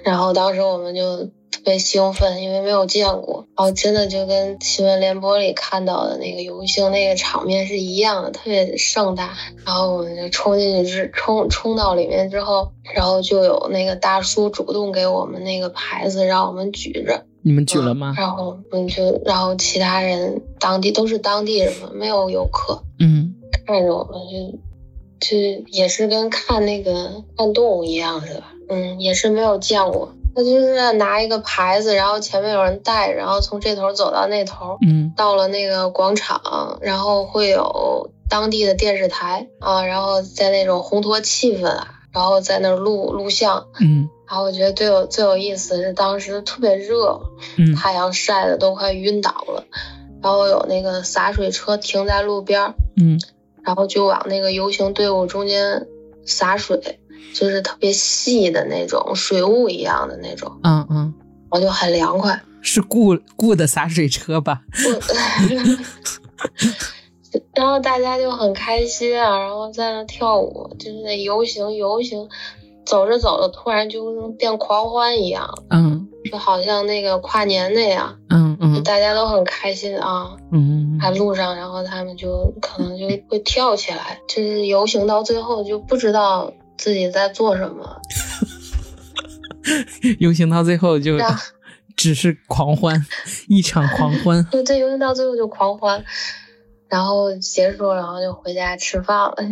[SPEAKER 2] 然后当时我们就特别兴奋，因为没有见过，然后真的就跟新闻联播里看到的那个游行那个场面是一样的，特别盛大。然后我们就冲进去之冲冲到里面之后，然后就有那个大叔主动给我们那个牌子让我们举着。
[SPEAKER 1] 你们举了吗？
[SPEAKER 2] 嗯然后我们就，然后其他人当地都是当地人嘛，没有游客，
[SPEAKER 1] 嗯
[SPEAKER 2] 看着我们就就也是跟看那个看动物一样是吧？嗯，也是没有见过。他就是拿一个牌子，然后前面有人带，然后从这头走到那头，
[SPEAKER 1] 嗯
[SPEAKER 2] 到了那个广场，然后会有当地的电视台啊，然后在那种烘托气氛啊，然后在那儿录录像。
[SPEAKER 1] 嗯
[SPEAKER 2] 然后我觉得最有最有意思的是当时特别热，
[SPEAKER 1] 嗯
[SPEAKER 2] 太阳晒得都快晕倒了，然后有那个洒水车停在路边儿，
[SPEAKER 1] 嗯
[SPEAKER 2] 然后就往那个游行队伍中间洒水，就是特别细的那种水雾一样的那种，
[SPEAKER 1] 嗯嗯，
[SPEAKER 2] 我就很凉快。
[SPEAKER 1] 是雇雇的洒水车吧？
[SPEAKER 2] 我然后大家就很开心啊，然后在那跳舞，就是那游行游行，走着走着突然就变狂欢一样，
[SPEAKER 1] 嗯
[SPEAKER 2] 就好像那个跨年那样，
[SPEAKER 1] 嗯嗯
[SPEAKER 2] 大家都很开心啊。
[SPEAKER 1] 嗯
[SPEAKER 2] 在路上，然后他们就可能就会跳起来，就是游行到最后就不知道自己在做什么。
[SPEAKER 1] 游行到最后就
[SPEAKER 2] 对啊
[SPEAKER 1] 只是狂欢，一场狂欢。
[SPEAKER 2] 就这游行到最后就狂欢，然后结束，然后就回家吃饭了。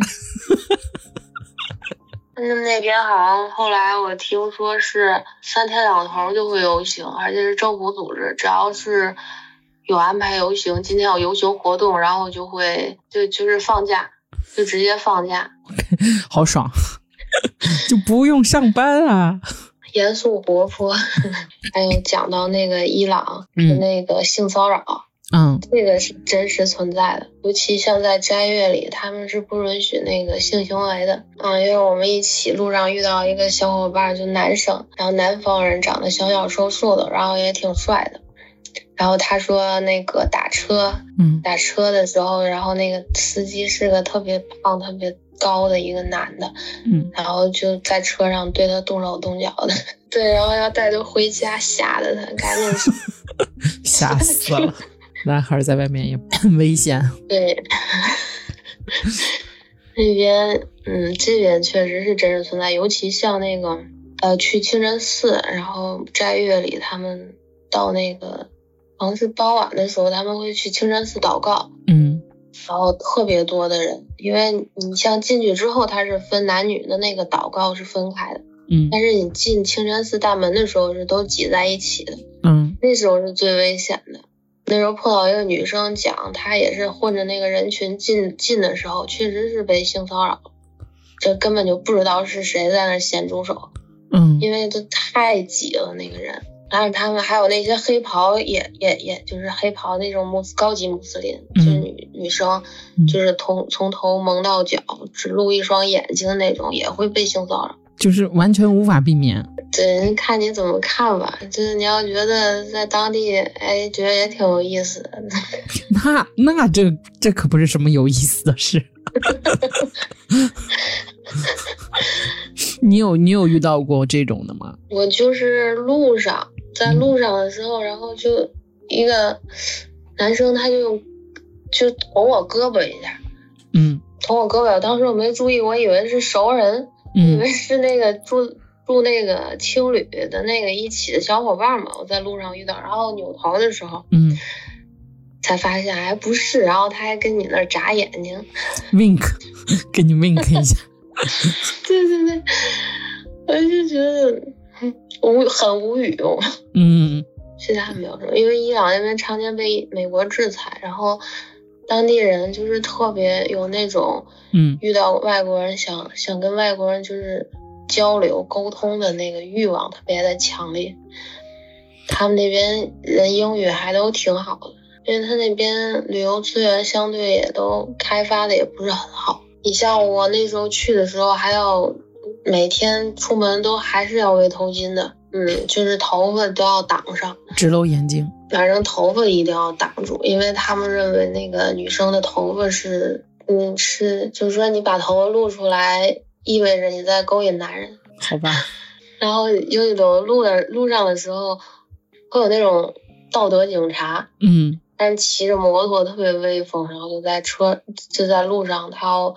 [SPEAKER 2] 嗯，那边好像后来我听说是三天两头就会游行，而且是政府组织，只要是有安排游行，今天有游行活动，然后就会就就是放假，就直接放假。
[SPEAKER 1] 好爽， 就不用上班啊。
[SPEAKER 2] 严肃活泼，还有讲到那个伊朗的那个性骚扰，
[SPEAKER 1] 嗯
[SPEAKER 2] 这个是真实存在的。尤其像在斋月里，他们是不允许那个性行为的。嗯，因为我们一起路上遇到一个小伙伴，就男生，然后南方人，长得小小瘦瘦的，然后也挺帅的。然后他说，那个打车
[SPEAKER 1] 嗯
[SPEAKER 2] 打车的时候，然后那个司机是个特别胖、特别高的一个男的，
[SPEAKER 1] 嗯，
[SPEAKER 2] 然后就在车上对他动手动脚的， 对，然后要带他回家，吓得他赶紧去
[SPEAKER 1] 吓死了。 男孩在外面也危险。
[SPEAKER 2] 对。那边，嗯，这边确实是真实存在，尤其像那个，呃，去清真寺，然后斋月里，他们到那个，好像是傍晚啊的时候，他们会去清真寺祷告，
[SPEAKER 1] 嗯
[SPEAKER 2] 然后特别多的人，因为你像进去之后，它是分男女的那个祷告是分开的，
[SPEAKER 1] 嗯
[SPEAKER 2] 但是你进清真寺大门的时候是都挤在一起的，
[SPEAKER 1] 嗯
[SPEAKER 2] 那时候是最危险的。那时候碰到一个女生讲，她也是混着那个人群进进的时候，确实是被性骚扰，这根本就不知道是谁在那咸猪手，
[SPEAKER 1] 嗯
[SPEAKER 2] 因为都太挤了那个人。但是他们还有那些黑袍也，也也就是黑袍那种穆斯高级穆斯林，
[SPEAKER 1] 嗯
[SPEAKER 2] 就是女女生
[SPEAKER 1] 嗯，
[SPEAKER 2] 就是从从头蒙到脚，只露一双眼睛的那种，也会被性骚扰。
[SPEAKER 1] 就是完全无法避免。
[SPEAKER 2] 对，看你怎么看吧。就是你要觉得在当地，哎，觉得也挺有意思的。
[SPEAKER 1] 那那这这可不是什么有意思的事。 你有你有遇到过这种的吗？
[SPEAKER 2] 我就是路上，在
[SPEAKER 1] 嗯
[SPEAKER 2] 路上的时候，然后就一个男生，他就就捅我胳膊一下，
[SPEAKER 1] 嗯
[SPEAKER 2] 捅我胳膊，我当时我没注意，我以为是熟人，以
[SPEAKER 1] 嗯
[SPEAKER 2] 为是那个住住那个青旅的那个一起的小伙伴嘛，我在路上遇到，然后扭头的时候
[SPEAKER 1] 嗯
[SPEAKER 2] 才发现，哎，不是，然后他还跟你那儿眨眼睛，
[SPEAKER 1] ，wink，给你 wink 一下。
[SPEAKER 2] 对对对，我就觉得嗯无很无语、哦。
[SPEAKER 1] 嗯
[SPEAKER 2] 其他没有什么，因为伊朗那边常年被美国制裁，然后当地人就是特别有那种
[SPEAKER 1] 嗯
[SPEAKER 2] 遇到外国人想想跟外国人就是交流沟通的那个欲望特别的强烈。他们那边人英语还都挺好的，因为他那边旅游资源相对也都开发的也不是很好。你像我那时候去的时候，还要每天出门都还是要围头巾的，嗯，就是头发都要挡上。
[SPEAKER 1] 直搂眼睛。
[SPEAKER 2] 反正头发一定要挡住，因为他们认为那个女生的头发是，嗯，是，就是说你把头发露出来，意味着你在勾引男人。
[SPEAKER 1] 好吧，
[SPEAKER 2] 然后有有路的路上的时候，会有那种道德警察，
[SPEAKER 1] 嗯
[SPEAKER 2] 但是骑着摩托特别威风，然后就在车就在路上，他要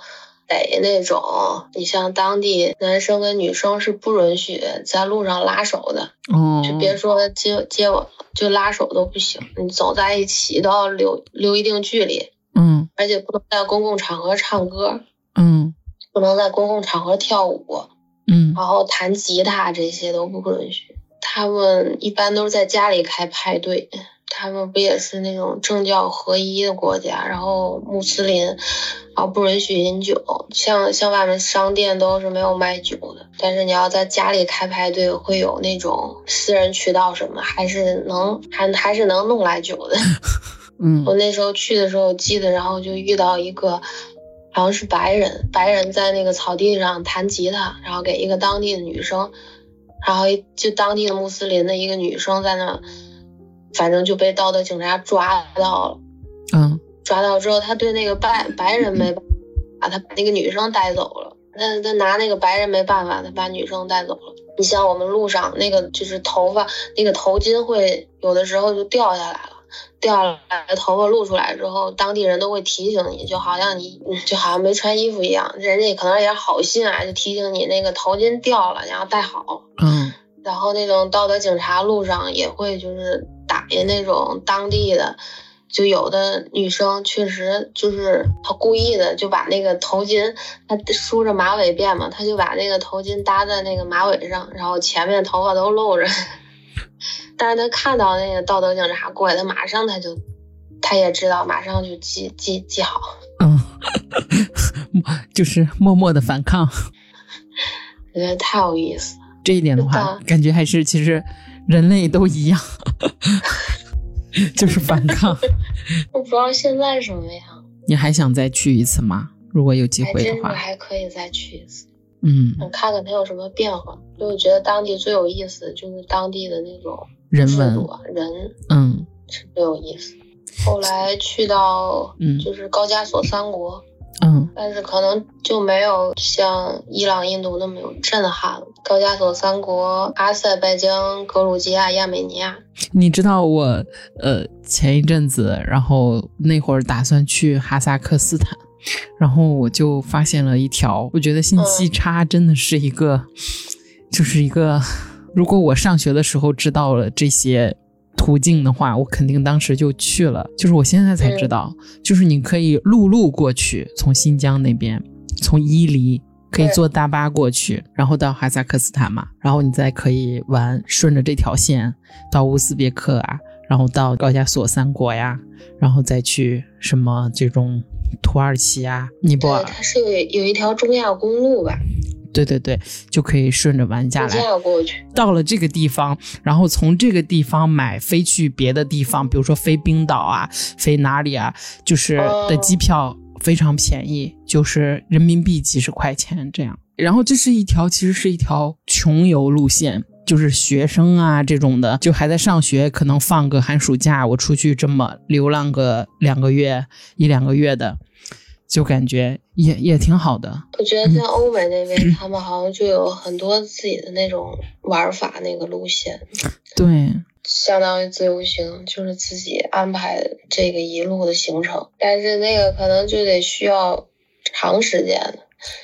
[SPEAKER 2] 逮那种，你像当地男生跟女生是不允许在路上拉手的，
[SPEAKER 1] 哦，
[SPEAKER 2] 就别说接接吻了，就拉手都不行。你走在一起都要留留一定距离，
[SPEAKER 1] 嗯
[SPEAKER 2] 而且不能在公共场合唱歌，
[SPEAKER 1] 嗯
[SPEAKER 2] 不能在公共场合跳舞，
[SPEAKER 1] 嗯
[SPEAKER 2] 然后弹吉他这些都不允许。他们一般都是在家里开派对，他们不也是那种政教合一的国家，然后穆斯林，然后不允许饮酒，像像外面商店都是没有卖酒的。但是你要在家里开派对，会有那种私人渠道什么，还是能还还是能弄来酒的。
[SPEAKER 1] 嗯
[SPEAKER 2] 我那时候去的时候，记得，然后就遇到一个，好像是白人，白人在那个草地上弹吉他，然后给一个当地的女生，然后一就当地的穆斯林的一个女生在那，反正就被道德警察抓到了。
[SPEAKER 1] 嗯
[SPEAKER 2] 抓到之后，他对那个白白人没办法，他把那个女生带走了。他他拿那个白人没办法，他把女生带走了。你像我们路上那个，就是头发那个头巾会有的时候就掉下来了，掉下来头发露出来之后，当地人都会提醒你，就好像你嗯就好像没穿衣服一样。人家可能也好心啊，就提醒你那个头巾掉了，然后戴好。
[SPEAKER 1] 嗯
[SPEAKER 2] 然后那种道德警察路上也会就是打压那种当地的，就有的女生确实就是她故意的就把那个头巾，她梳着马尾辫嘛，她就把那个头巾搭在那个马尾上，然后前面头发都露着， 但是她看到那个道德警察过来，她马上她就，她也知道马上就记记记好。
[SPEAKER 1] 嗯， 就是默默的反抗
[SPEAKER 2] 我觉得太有意思了，
[SPEAKER 1] 这一点的
[SPEAKER 2] 是
[SPEAKER 1] 话
[SPEAKER 2] 的，
[SPEAKER 1] 感觉还是其实人类都一样， 就是反抗。
[SPEAKER 2] 我不知道现在什么样，
[SPEAKER 1] 你还想再去一次吗？如果有机
[SPEAKER 2] 还
[SPEAKER 1] 会
[SPEAKER 2] 真
[SPEAKER 1] 的
[SPEAKER 2] 是
[SPEAKER 1] 话，
[SPEAKER 2] 还可以再去一次。
[SPEAKER 1] 嗯，
[SPEAKER 2] 想看看它有什么变化。因为我觉得当地最有意思的就是当地的那种
[SPEAKER 1] 人
[SPEAKER 2] 制
[SPEAKER 1] 文
[SPEAKER 2] 度，啊，人
[SPEAKER 1] 嗯
[SPEAKER 2] 是最有意思。后来去到
[SPEAKER 1] 嗯
[SPEAKER 2] 就是高加索三国，
[SPEAKER 1] 嗯
[SPEAKER 2] 但是可能就没有像伊朗、印度那么有震撼了。高加索三国、阿塞拜疆、格鲁吉亚、亚美尼亚，
[SPEAKER 1] 你知道我呃前一阵子，然后那会儿打算去哈萨克斯坦，然后我就发现了一条，我觉得信息差真的是一个，就是一个，如果我上学的时候知道了这些。途径的话，我肯定当时就去了。就是我现在才知道，就是你可以陆路过去，从新疆那边，从伊犁可以
[SPEAKER 2] 对
[SPEAKER 1] 坐大巴过去，然后到哈萨克斯坦嘛，然后你再可以玩顺着这条线到乌兹别克啊，然后到高加索三国呀，然后再去什么这种土耳其啊、尼泊
[SPEAKER 2] 对，
[SPEAKER 1] 尔，
[SPEAKER 2] 它是有有一条中亚公路吧，
[SPEAKER 1] 对对对，就可以顺着玩下
[SPEAKER 2] 中
[SPEAKER 1] 来。
[SPEAKER 2] 亚过去。
[SPEAKER 1] 到了这个地方，然后从这个地方买飞去别的地方，比如说飞冰岛啊，飞哪里啊，就是
[SPEAKER 2] 哦
[SPEAKER 1] 的机票非常便宜，就是人民币几十块钱这样。然后这是一条其实是一条穷游路线。就是学生啊这种的，就还在上学，可能放个寒暑假，我出去这么流浪个两个月一两个月的，就感觉也也挺好的。
[SPEAKER 2] 我觉得在欧美那
[SPEAKER 1] 嗯
[SPEAKER 2] 边，他们好像就有很多自己的那种玩法，那个路线
[SPEAKER 1] 对，
[SPEAKER 2] 相当于自由行，就是自己安排这个一路的行程。但是那个可能就得需要长时间的。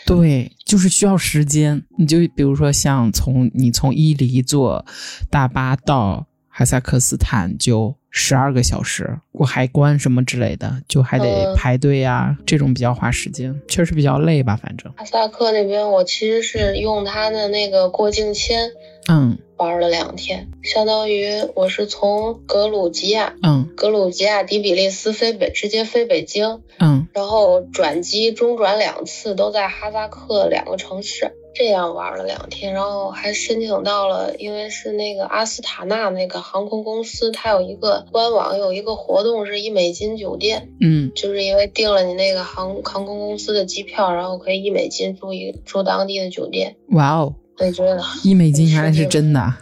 [SPEAKER 1] 对，就是需要时间。你就比如说，像从你从伊犁坐大巴到哈萨克斯坦就十二个小时，过海关什么之类的，就还得
[SPEAKER 2] 嗯
[SPEAKER 1] 排队呀、这种比较花时间，确实比较累吧。反正，
[SPEAKER 2] 哈萨克那边，我其实是用他的那个过境签
[SPEAKER 1] 嗯
[SPEAKER 2] 玩了两天，相当于我是从格鲁吉亚、
[SPEAKER 1] 嗯
[SPEAKER 2] 格鲁吉亚、底比利斯飞北，直接飞北京，
[SPEAKER 1] 嗯，
[SPEAKER 2] 然后转机中转两次，都在哈萨克两个城市，这样玩了两天，然后还申请到了，因为是那个阿斯塔纳那个航空公司，它有一个官网有一个活动是一美金酒店，
[SPEAKER 1] 嗯
[SPEAKER 2] 就是因为订了你那个航航空公司的机票，然后可以一美金住一住当地的酒店，
[SPEAKER 1] 哇哦，
[SPEAKER 2] 我觉得
[SPEAKER 1] 一美金原来是
[SPEAKER 2] 是这个
[SPEAKER 1] 真的 啊，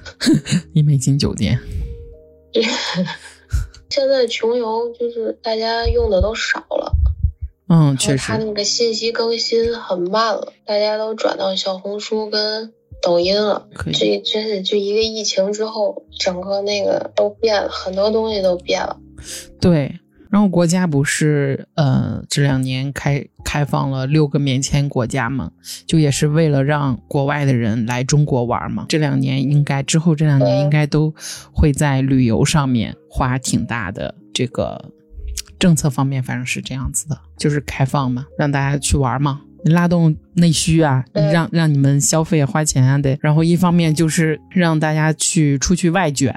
[SPEAKER 1] 一美金酒店，
[SPEAKER 2] 现在穷游就是大家用的都少了。
[SPEAKER 1] 嗯，
[SPEAKER 2] 然
[SPEAKER 1] 确
[SPEAKER 2] 后它
[SPEAKER 1] 实，
[SPEAKER 2] 那个信息更新很慢了，大家都转到小红书跟抖音了。
[SPEAKER 1] 可以
[SPEAKER 2] 这真是就一个疫情之后，整个那个都变了，很多东西都变了。
[SPEAKER 1] 对，然后国家不是呃这两年开开放了六个免签国家嘛，就也是为了让国外的人来中国玩嘛。这两年应该之后这两年
[SPEAKER 2] 对
[SPEAKER 1] 应该都会在旅游上面花挺大的这个政策方面，反正是这样子的，就是开放嘛，让大家去玩嘛。拉动内需啊，
[SPEAKER 2] 对
[SPEAKER 1] 让让你们消费啊花钱啊，得。然后一方面就是让大家去出去外卷，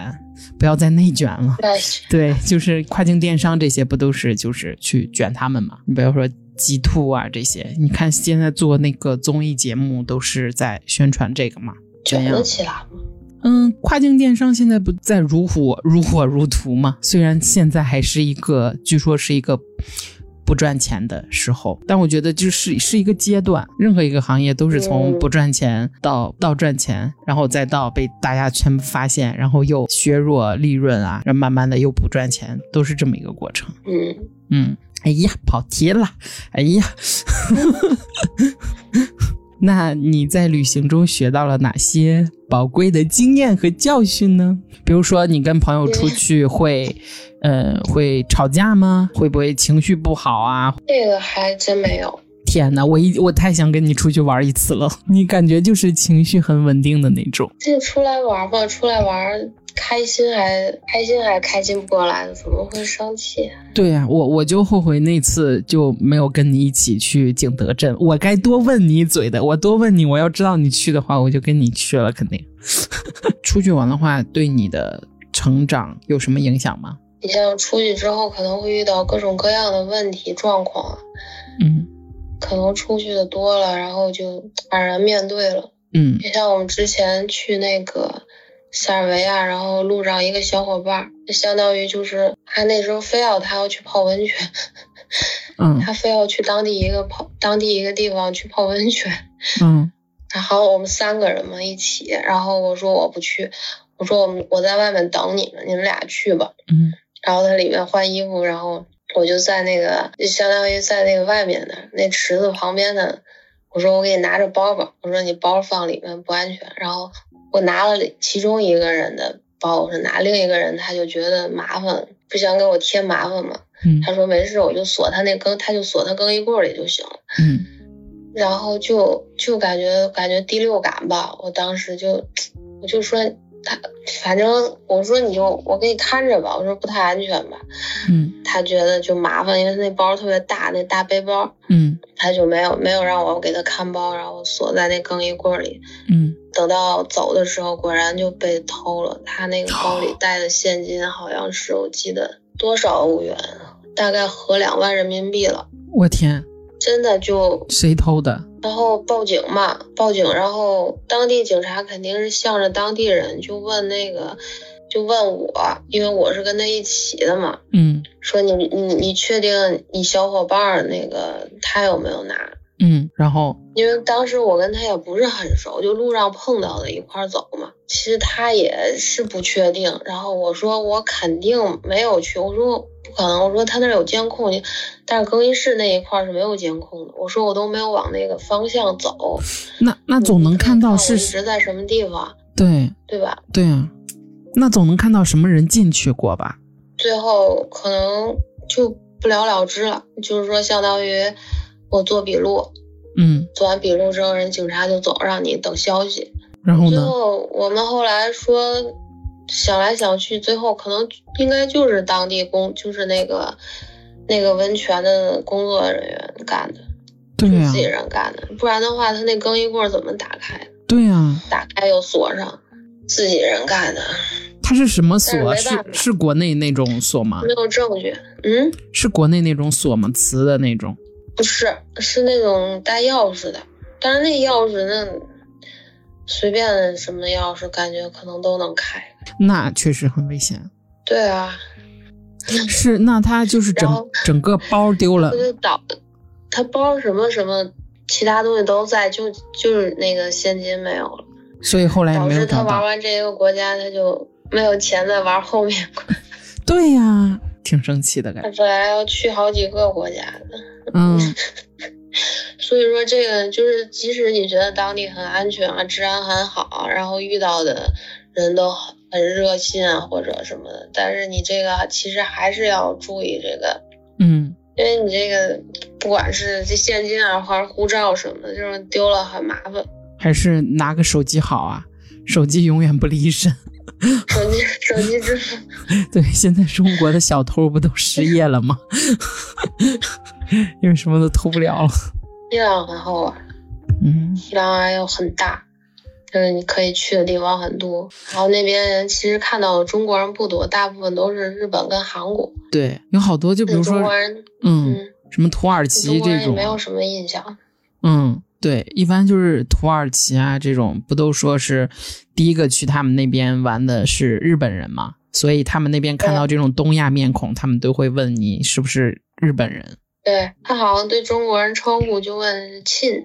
[SPEAKER 1] 不要再内卷了。
[SPEAKER 2] 但
[SPEAKER 1] 对，就是跨境电商这些不都是就是去卷他们嘛？你不要说极兔啊这些，你看现在做那个综艺节目都是在宣传这个嘛？怎
[SPEAKER 2] 卷
[SPEAKER 1] 样
[SPEAKER 2] 得？起来吗？
[SPEAKER 1] 嗯，跨境电商现在不在如火如火如荼嘛？虽然现在还是一个，据说是一个。不赚钱的时候，但我觉得就是是一个阶段，任何一个行业都是从
[SPEAKER 2] 嗯
[SPEAKER 1] 不赚钱到到赚钱，然后再到被大家全部发现，然后又削弱利润啊，然后慢慢的又不赚钱，都是这么一个过程。
[SPEAKER 2] 嗯，
[SPEAKER 1] 嗯，哎呀，跑题了，哎呀， 那你在旅行中学到了哪些宝贵的经验和教训呢？比如说，你跟朋友出去会，呃，会吵架吗？会不会情绪不好啊？
[SPEAKER 2] 这个还真没有。
[SPEAKER 1] 天哪，我一我太想跟你出去玩一次了，你感觉就是情绪很稳定的那种。
[SPEAKER 2] 这出来玩嘛，出来玩开心还开心还开心不过来，怎么会生气？啊
[SPEAKER 1] 对呀、我我就后悔那次就没有跟你一起去景德镇，我该多问你一嘴的，我多问你，我要知道你去的话，我就跟你去了，肯定。 出去玩的话，对你的成长有什么影响吗？
[SPEAKER 2] 你像出去之后可能会遇到各种各样的问题状况啊，
[SPEAKER 1] 嗯
[SPEAKER 2] 可能出去的多了，然后就坦然面对了。
[SPEAKER 1] 嗯
[SPEAKER 2] 也像我们之前去那个塞尔维亚，然后路上一个小伙伴儿，就相当于就是他那时候非要他要去泡温泉，
[SPEAKER 1] 嗯
[SPEAKER 2] 他非要去当地一个泡当地一个地方去泡温泉，
[SPEAKER 1] 嗯
[SPEAKER 2] 然后我们三个人嘛一起，然后我说我不去，我说我们我在外面等你们，你们俩去吧。
[SPEAKER 1] 嗯
[SPEAKER 2] 然后他里面换衣服，然后我就在那个就相当于在那个外面的那池子旁边的，我说我给你拿着包吧，我说你包放里面不安全，然后我拿了其中一个人的包，我说拿另一个人，他就觉得麻烦，不想给我添麻烦嘛，
[SPEAKER 1] 嗯
[SPEAKER 2] 他说没事，我就锁他那更，他就锁他更衣柜里就行了。
[SPEAKER 1] 嗯
[SPEAKER 2] 然后就就感觉感觉第六感吧，我当时就我就说他，反正我说你就我给你看着吧，我说不太安全吧，
[SPEAKER 1] 嗯
[SPEAKER 2] 他觉得就麻烦，因为他那包特别大，那大背包，
[SPEAKER 1] 嗯
[SPEAKER 2] 他就没有没有让我给他看包，然后锁在那更衣柜里。
[SPEAKER 1] 嗯，
[SPEAKER 2] 等到走的时候，果然就被偷了。他那个包里带的现金好像是我记得多少欧元，大概合两万人民币了。
[SPEAKER 1] 我天，
[SPEAKER 2] 真的就，
[SPEAKER 1] 谁偷的？
[SPEAKER 2] 然后报警嘛，报警，然后当地警察肯定是向着当地人，就问那个，就问我，因为我是跟他一起的嘛，
[SPEAKER 1] 嗯
[SPEAKER 2] 说你你你确定你小伙伴儿那个他有没有拿？
[SPEAKER 1] 嗯，然后
[SPEAKER 2] 因为当时我跟他也不是很熟，就路上碰到的一块儿走嘛。其实他也是不确定，然后我说我肯定没有去，我说不可能。我说他那儿有监控，你但是更衣室那一块儿是没有监控的。我说我都没有往那个方向走，
[SPEAKER 1] 那那总能看到
[SPEAKER 2] 我一
[SPEAKER 1] 是，
[SPEAKER 2] 直在什么地方，
[SPEAKER 1] 对
[SPEAKER 2] 对吧？
[SPEAKER 1] 对啊，那总能看到什么人进去过吧？
[SPEAKER 2] 最后可能就不了了之了，就是说相当于我做笔录，
[SPEAKER 1] 嗯，
[SPEAKER 2] 做完笔录之后，人警察就走，让你等消息。
[SPEAKER 1] 然后嗯
[SPEAKER 2] 最
[SPEAKER 1] 呢？
[SPEAKER 2] 后我们后来说，想来想去，最后可能应该就是当地工，就是那个那个温泉的工作人员干的，
[SPEAKER 1] 对
[SPEAKER 2] 就
[SPEAKER 1] 啊
[SPEAKER 2] 自己，人干的，不然的话他那更衣柜怎么打开？
[SPEAKER 1] 对啊，
[SPEAKER 2] 打开又锁上，自己人干的，
[SPEAKER 1] 它是什么锁啊？
[SPEAKER 2] 但是嗯没
[SPEAKER 1] 是
[SPEAKER 2] 办法
[SPEAKER 1] 是国内那种锁吗？
[SPEAKER 2] 没有证据。嗯，
[SPEAKER 1] 是国内那种锁吗？磁的那种？
[SPEAKER 2] 不是，是那种带钥匙的，但是那钥匙那随便什么钥匙，感觉可能都能开。
[SPEAKER 1] 那确实很危 险。
[SPEAKER 2] 对啊，
[SPEAKER 1] 是，那他就是整
[SPEAKER 2] 然后嗯
[SPEAKER 1] 整个包丢了
[SPEAKER 2] 他，就倒，他包什么什么，其他东西都在，就就是那个现金没有了，
[SPEAKER 1] 所以后来
[SPEAKER 2] 导
[SPEAKER 1] 哎没有
[SPEAKER 2] 致他
[SPEAKER 1] 找
[SPEAKER 2] 玩
[SPEAKER 1] 到。
[SPEAKER 2] 完这一个国家，他就没有钱再玩后面国家，
[SPEAKER 1] 对呀、挺生气的感
[SPEAKER 2] 他
[SPEAKER 1] 觉。
[SPEAKER 2] 本来要去好几个国家的。
[SPEAKER 1] 嗯，
[SPEAKER 2] 所以说，这个就是即使你觉得当地很安全啊，治安很好，然后遇到的人都很很热心啊，或者什么的，但是你这个其实还是要注意这个，
[SPEAKER 1] 嗯，
[SPEAKER 2] 因为你这个不管是这现金啊，还是护照什么的，就是丢了很麻烦。
[SPEAKER 1] 还是拿个手机好啊，手机永远不离身。
[SPEAKER 2] 手机 手机支付，
[SPEAKER 1] 对，现在中国的小偷不都失业了吗？ 因为什么都偷不了了。
[SPEAKER 2] 伊朗很好玩，
[SPEAKER 1] 嗯，
[SPEAKER 2] 伊朗还有啊很大。就是你可以去的地方很多，然后那边人其实看到的中国人不多，大部分都是日本跟韩国。
[SPEAKER 1] 对，有好多就比
[SPEAKER 2] 对
[SPEAKER 1] 如
[SPEAKER 2] 中
[SPEAKER 1] 说，
[SPEAKER 2] 国人，
[SPEAKER 1] 嗯，
[SPEAKER 2] 嗯，
[SPEAKER 1] 什么土耳
[SPEAKER 2] 中
[SPEAKER 1] 其
[SPEAKER 2] 国人
[SPEAKER 1] 这
[SPEAKER 2] 也
[SPEAKER 1] 种
[SPEAKER 2] 没有
[SPEAKER 1] 啊，
[SPEAKER 2] 什么印象。
[SPEAKER 1] 嗯，对，一般就是土耳其啊这种，不都说是第一个去他们那边玩的是日本人嘛，所以他们那边看
[SPEAKER 2] 对
[SPEAKER 1] 到这种东亚面孔，他们都会问你是不是日本人。
[SPEAKER 2] 对他好像对中国人称呼就问亲，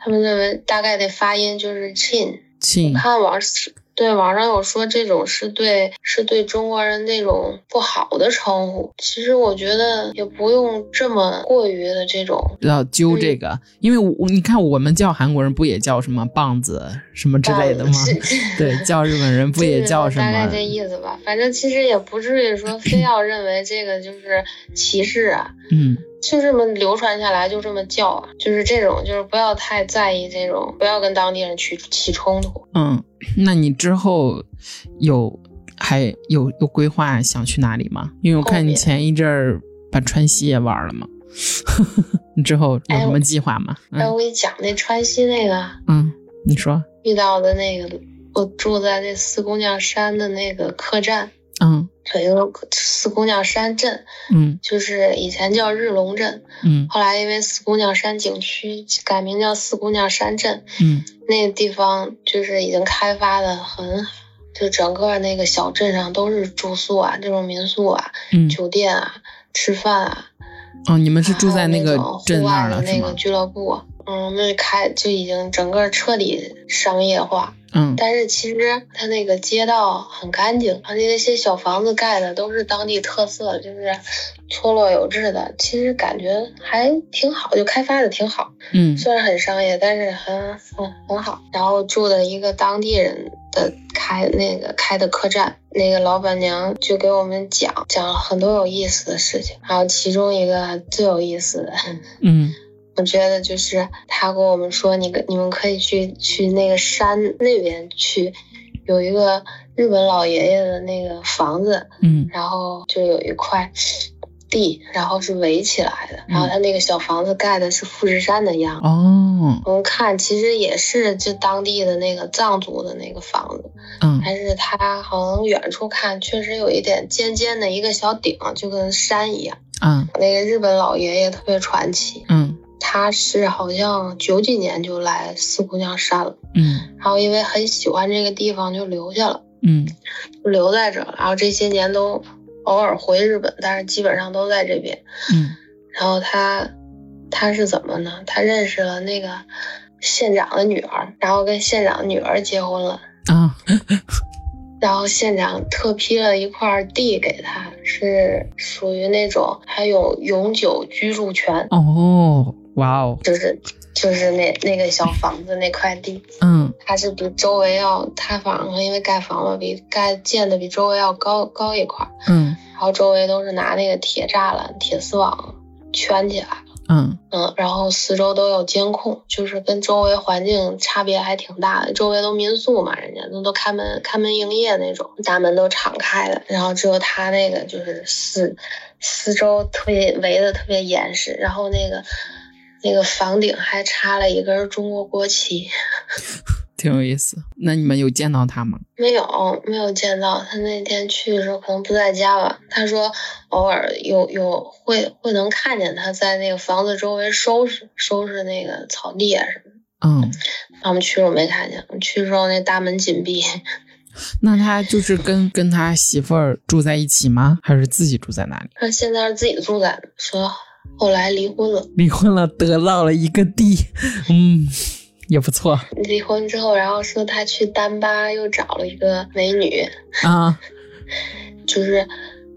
[SPEAKER 2] 他们认为大概的发音就是亲。
[SPEAKER 1] 亲，
[SPEAKER 2] 看网是对网上有说这种是对是对中国人那种不好的称呼，其实我觉得也不用这么过于的这种
[SPEAKER 1] 要揪这个，因为我你看我们叫韩国人不也叫什么棒子什么之类的吗？ 对，叫日本人不也叫什
[SPEAKER 2] 大概
[SPEAKER 1] 么？
[SPEAKER 2] 这意思吧，反正其实也不至于说非要认为这个就是歧视啊，
[SPEAKER 1] 嗯，
[SPEAKER 2] 就这么流传下来，就这么叫啊，就是这种，就是不要太在意这种，不要跟当地人去起冲突。
[SPEAKER 1] 嗯，那你之后有还有有规划想去哪里吗？因为我看你
[SPEAKER 2] 后面
[SPEAKER 1] 前一阵儿把川西也玩了嘛， 你之后有
[SPEAKER 2] 哎
[SPEAKER 1] 什
[SPEAKER 2] 我
[SPEAKER 1] 么计划吗？
[SPEAKER 2] 哎，
[SPEAKER 1] 嗯
[SPEAKER 2] 我给你讲那川西那个啊
[SPEAKER 1] 嗯，你说，
[SPEAKER 2] 遇到的那个，我住在那四姑娘山的那个客栈，
[SPEAKER 1] 嗯
[SPEAKER 2] 有一个四姑娘山镇，
[SPEAKER 1] 嗯
[SPEAKER 2] 就是以前叫日龙镇，
[SPEAKER 1] 嗯
[SPEAKER 2] 后来因为四姑娘山景区改名叫四姑娘山镇，
[SPEAKER 1] 嗯
[SPEAKER 2] 那个地方就是已经开发的很好，就整个那个小镇上都是住宿啊，这种民宿啊，
[SPEAKER 1] 嗯，
[SPEAKER 2] 酒店啊，吃饭啊，
[SPEAKER 1] 哦，你们是住在
[SPEAKER 2] 还有那
[SPEAKER 1] 个
[SPEAKER 2] 种
[SPEAKER 1] 镇
[SPEAKER 2] 户
[SPEAKER 1] 那儿
[SPEAKER 2] 外的
[SPEAKER 1] 了是
[SPEAKER 2] 那
[SPEAKER 1] 吗
[SPEAKER 2] 个？俱乐部，嗯，那开就已经整个彻底商业化。
[SPEAKER 1] 嗯
[SPEAKER 2] 但是其实它那个街道很干净，而且那些小房子盖的都是当地特色，就是错落有致的。其实感觉还挺好，就开发的挺好。
[SPEAKER 1] 嗯
[SPEAKER 2] 虽然很商业，但是很很很好。然后住的一个当地人的开那个开的客栈，那个老板娘就给我们讲讲了很多有意思的事情。然后其中一个最有意思的，
[SPEAKER 1] 嗯
[SPEAKER 2] 我觉得就是他跟我们说，你跟你们可以去去那个山那边去，有一个日本老爷爷的那个房子，
[SPEAKER 1] 嗯
[SPEAKER 2] 然后就有一块地，然后是围起来的，然
[SPEAKER 1] 嗯
[SPEAKER 2] 后他那个小房子盖的是富士山的样子。
[SPEAKER 1] 哦
[SPEAKER 2] 我们看其实也是就当地的那个藏族的那个房子，
[SPEAKER 1] 嗯
[SPEAKER 2] 但是它好像远处看确实有一点尖尖的一个小顶，就跟山一样。
[SPEAKER 1] 嗯
[SPEAKER 2] 那个日本老爷爷特别传奇，
[SPEAKER 1] 嗯
[SPEAKER 2] 他是好像九几年就来四姑娘山了，
[SPEAKER 1] 嗯
[SPEAKER 2] 然后因为很喜欢这个地方就留下了，
[SPEAKER 1] 嗯
[SPEAKER 2] 就留在这儿了。然后这些年都偶尔回日本，但是基本上都在这边。
[SPEAKER 1] 嗯
[SPEAKER 2] 然后他他是怎么呢？他认识了那个
[SPEAKER 1] 嗯
[SPEAKER 2] 县长的女儿，然后跟县长的女儿结婚了。
[SPEAKER 1] 啊
[SPEAKER 2] 然后县长特批了一块地给他，是属于那种还有永久居住权，
[SPEAKER 1] 哦，哇哦，
[SPEAKER 2] 就是就是那那个小房子那块地，
[SPEAKER 1] 嗯
[SPEAKER 2] 它是比周围要塌房了，因为盖房嘛，比盖建的比周围要高高一块儿，
[SPEAKER 1] 嗯
[SPEAKER 2] 然后周围都是拿那个铁栅栏、铁丝网圈起来，
[SPEAKER 1] 嗯
[SPEAKER 2] 嗯，然后四周都有监控，就是跟周围环境差别还挺大的。周围都民宿嘛，人家那都开门开门营业那种，大门都敞开的。然后只有他那个就是四四周特别围的特别严实，然后那个那个房顶还插了一根中国国旗。
[SPEAKER 1] 挺有意思。那你们有见到他吗？
[SPEAKER 2] 没有，没有见到他那天去的时候可能不在家吧。他说偶尔有有会会能看见他在那个房子周围收拾收拾那个草地啊什么的。
[SPEAKER 1] 嗯，
[SPEAKER 2] 他们去时候没看见，去时候那大门紧闭，
[SPEAKER 1] 那他就是跟跟他媳妇儿住在一起吗？还是自己住在哪里？
[SPEAKER 2] 他现在是自己住在那，说后来离婚了，
[SPEAKER 1] 离婚了，得到了一个地，嗯，也不错
[SPEAKER 2] 离婚之后，然后说他去丹巴又找了一个美女，
[SPEAKER 1] 啊。
[SPEAKER 2] 就是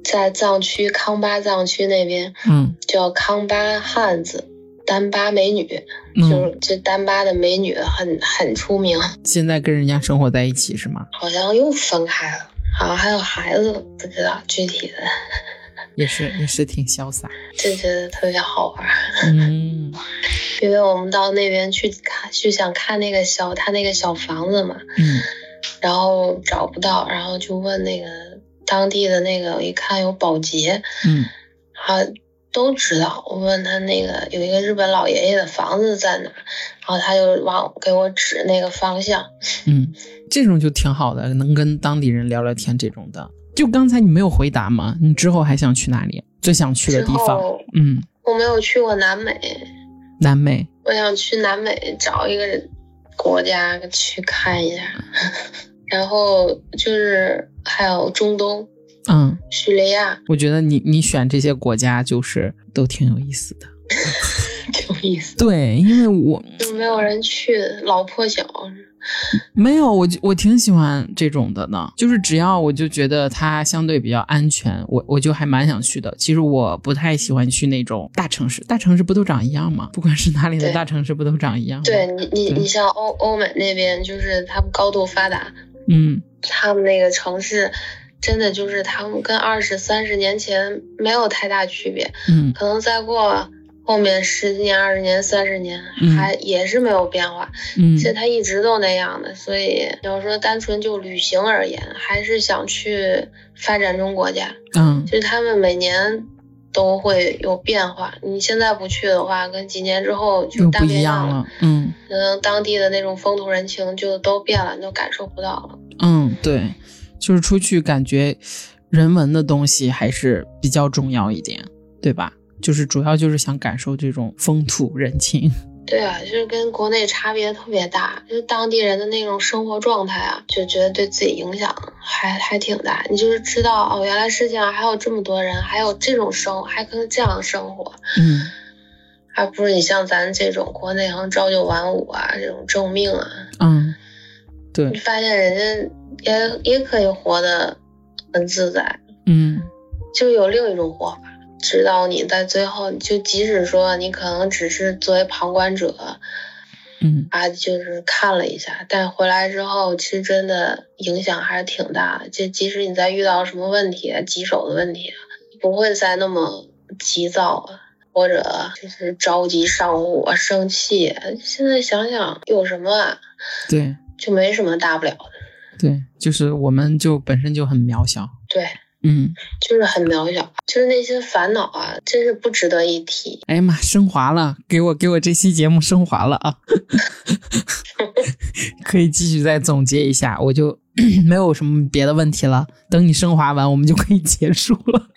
[SPEAKER 2] 在藏区康巴藏区那边
[SPEAKER 1] 嗯
[SPEAKER 2] 叫康巴汉子。丹巴美女，就
[SPEAKER 1] 嗯，
[SPEAKER 2] 是这丹巴的美女很很出名，
[SPEAKER 1] 现在跟人家生活在一起是吗？
[SPEAKER 2] 好像又分开了，好像还有孩子，不知道具体的，
[SPEAKER 1] 也是也是挺潇洒。
[SPEAKER 2] 就觉得特别好玩。
[SPEAKER 1] 嗯
[SPEAKER 2] 因为我们到那边去看，去想看那个小他那个小房子嘛，
[SPEAKER 1] 嗯
[SPEAKER 2] 然后找不到，然后就问那个当地的那个，一看有保洁，
[SPEAKER 1] 嗯
[SPEAKER 2] 啊，都知道。我问他那个有一个日本老爷爷的房子在哪，然后他就往给我指那个方向。
[SPEAKER 1] 嗯，这种就挺好的，能跟当地人聊聊天这种的。就刚才你没有回答吗？你之后还想去哪里？最想去的
[SPEAKER 2] 之
[SPEAKER 1] 地方？
[SPEAKER 2] 后
[SPEAKER 1] 嗯，
[SPEAKER 2] 我没有去过南美，
[SPEAKER 1] 南美。
[SPEAKER 2] 我想去南美找一个国家去看一下， 然后就是还有中东、
[SPEAKER 1] 嗯，
[SPEAKER 2] 叙利亚。
[SPEAKER 1] 我觉得你你选这些国家就是都挺有意思的。嗯
[SPEAKER 2] 挺有意思，
[SPEAKER 1] 对，因为我
[SPEAKER 2] 就没有人去，老破小。
[SPEAKER 1] 没有我就我挺喜欢这种的呢，就是只要我就觉得它相对比较安全，我我就还蛮想去的。其实我不太喜欢去那种大城市，大城市不都长一样吗？不管是哪里的
[SPEAKER 2] 对
[SPEAKER 1] 大城市，不都长一样吗？
[SPEAKER 2] 对，你，你
[SPEAKER 1] 对
[SPEAKER 2] 你像欧欧美那边，就是他们高度发达，
[SPEAKER 1] 嗯
[SPEAKER 2] 他们那个城市真的就是他们跟二十三十年前没有太大区别，
[SPEAKER 1] 嗯
[SPEAKER 2] 可能再过后面十几年、二十年、三十年
[SPEAKER 1] 嗯
[SPEAKER 2] 还也是没有变化。
[SPEAKER 1] 嗯
[SPEAKER 2] 其实它一直都那样的，所以要说单纯就旅行而言，还是想去发展中国家。
[SPEAKER 1] 嗯
[SPEAKER 2] 就是他们每年都会有变化。你现在不去的话，跟几年之后就
[SPEAKER 1] 又
[SPEAKER 2] 大
[SPEAKER 1] 不
[SPEAKER 2] 变
[SPEAKER 1] 一
[SPEAKER 2] 样
[SPEAKER 1] 样了。嗯
[SPEAKER 2] 可能当地的那种风土人情就都变了，你都感受不到了。
[SPEAKER 1] 嗯，对， 就是出去感觉人文的东西还是比较重要一点，对吧？就是主要就是想感受这种风土人情。
[SPEAKER 2] 对啊，就是跟国内差别特别大，就是当地人的那种生活状态啊，就觉得对自己影响还还挺大。你就是知道哦，原来世界上还有这么多人，还有这种生活，还可以这样生活，
[SPEAKER 1] 嗯
[SPEAKER 2] 而不是你像咱这种国内好像朝九晚五啊，这种正命啊，
[SPEAKER 1] 嗯，对
[SPEAKER 2] 你，发现人家也也可以活得很自在，
[SPEAKER 1] 嗯
[SPEAKER 2] 就有另一种活法。直到你在最后，就即使说你可能只是作为旁观者
[SPEAKER 1] 嗯
[SPEAKER 2] 啊，就是看了一下，但回来之后，其实真的影响还是挺大的。就即使你在遇到什么问题、啊棘手的问题，不会再那么急躁啊，或者就是着急上火、生气。啊现在想想有什么啊，
[SPEAKER 1] 对
[SPEAKER 2] 就没什么大不了的。
[SPEAKER 1] 对，就是我们就本身就很渺小。
[SPEAKER 2] 对，
[SPEAKER 1] 嗯，
[SPEAKER 2] 就是很渺小，就是那些烦恼啊，真是不值得一提。
[SPEAKER 1] 哎呀妈，升华了，给我给我这期节目升华了 啊！可以继续再总结一下，我就 没有什么别的问题了。等你升华完，我们就可以结束了。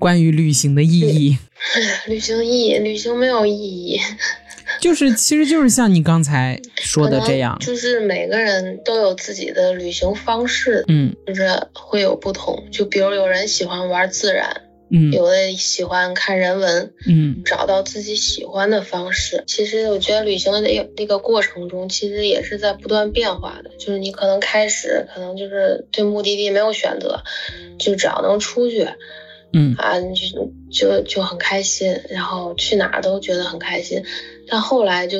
[SPEAKER 1] 关于旅行的意义，
[SPEAKER 2] 哎呀，旅行意义，旅行没有意义，
[SPEAKER 1] 就是其实就是像你刚才说的
[SPEAKER 2] 可能
[SPEAKER 1] 这样，
[SPEAKER 2] 就是每个人都有自己的旅行方式，
[SPEAKER 1] 嗯
[SPEAKER 2] 就是会有不同。就比如有人喜欢玩自然，
[SPEAKER 1] 嗯
[SPEAKER 2] 有的喜欢看人文，
[SPEAKER 1] 嗯
[SPEAKER 2] 找到自己喜欢的方式。其实我觉得旅行的那个那个过程中，其实也是在不断变化的。就是你可能开始可能就是对目的地没有选择，就只要能出去
[SPEAKER 1] 嗯
[SPEAKER 2] 啊，你就就就很开心，然后去哪儿都觉得很开心。但后来就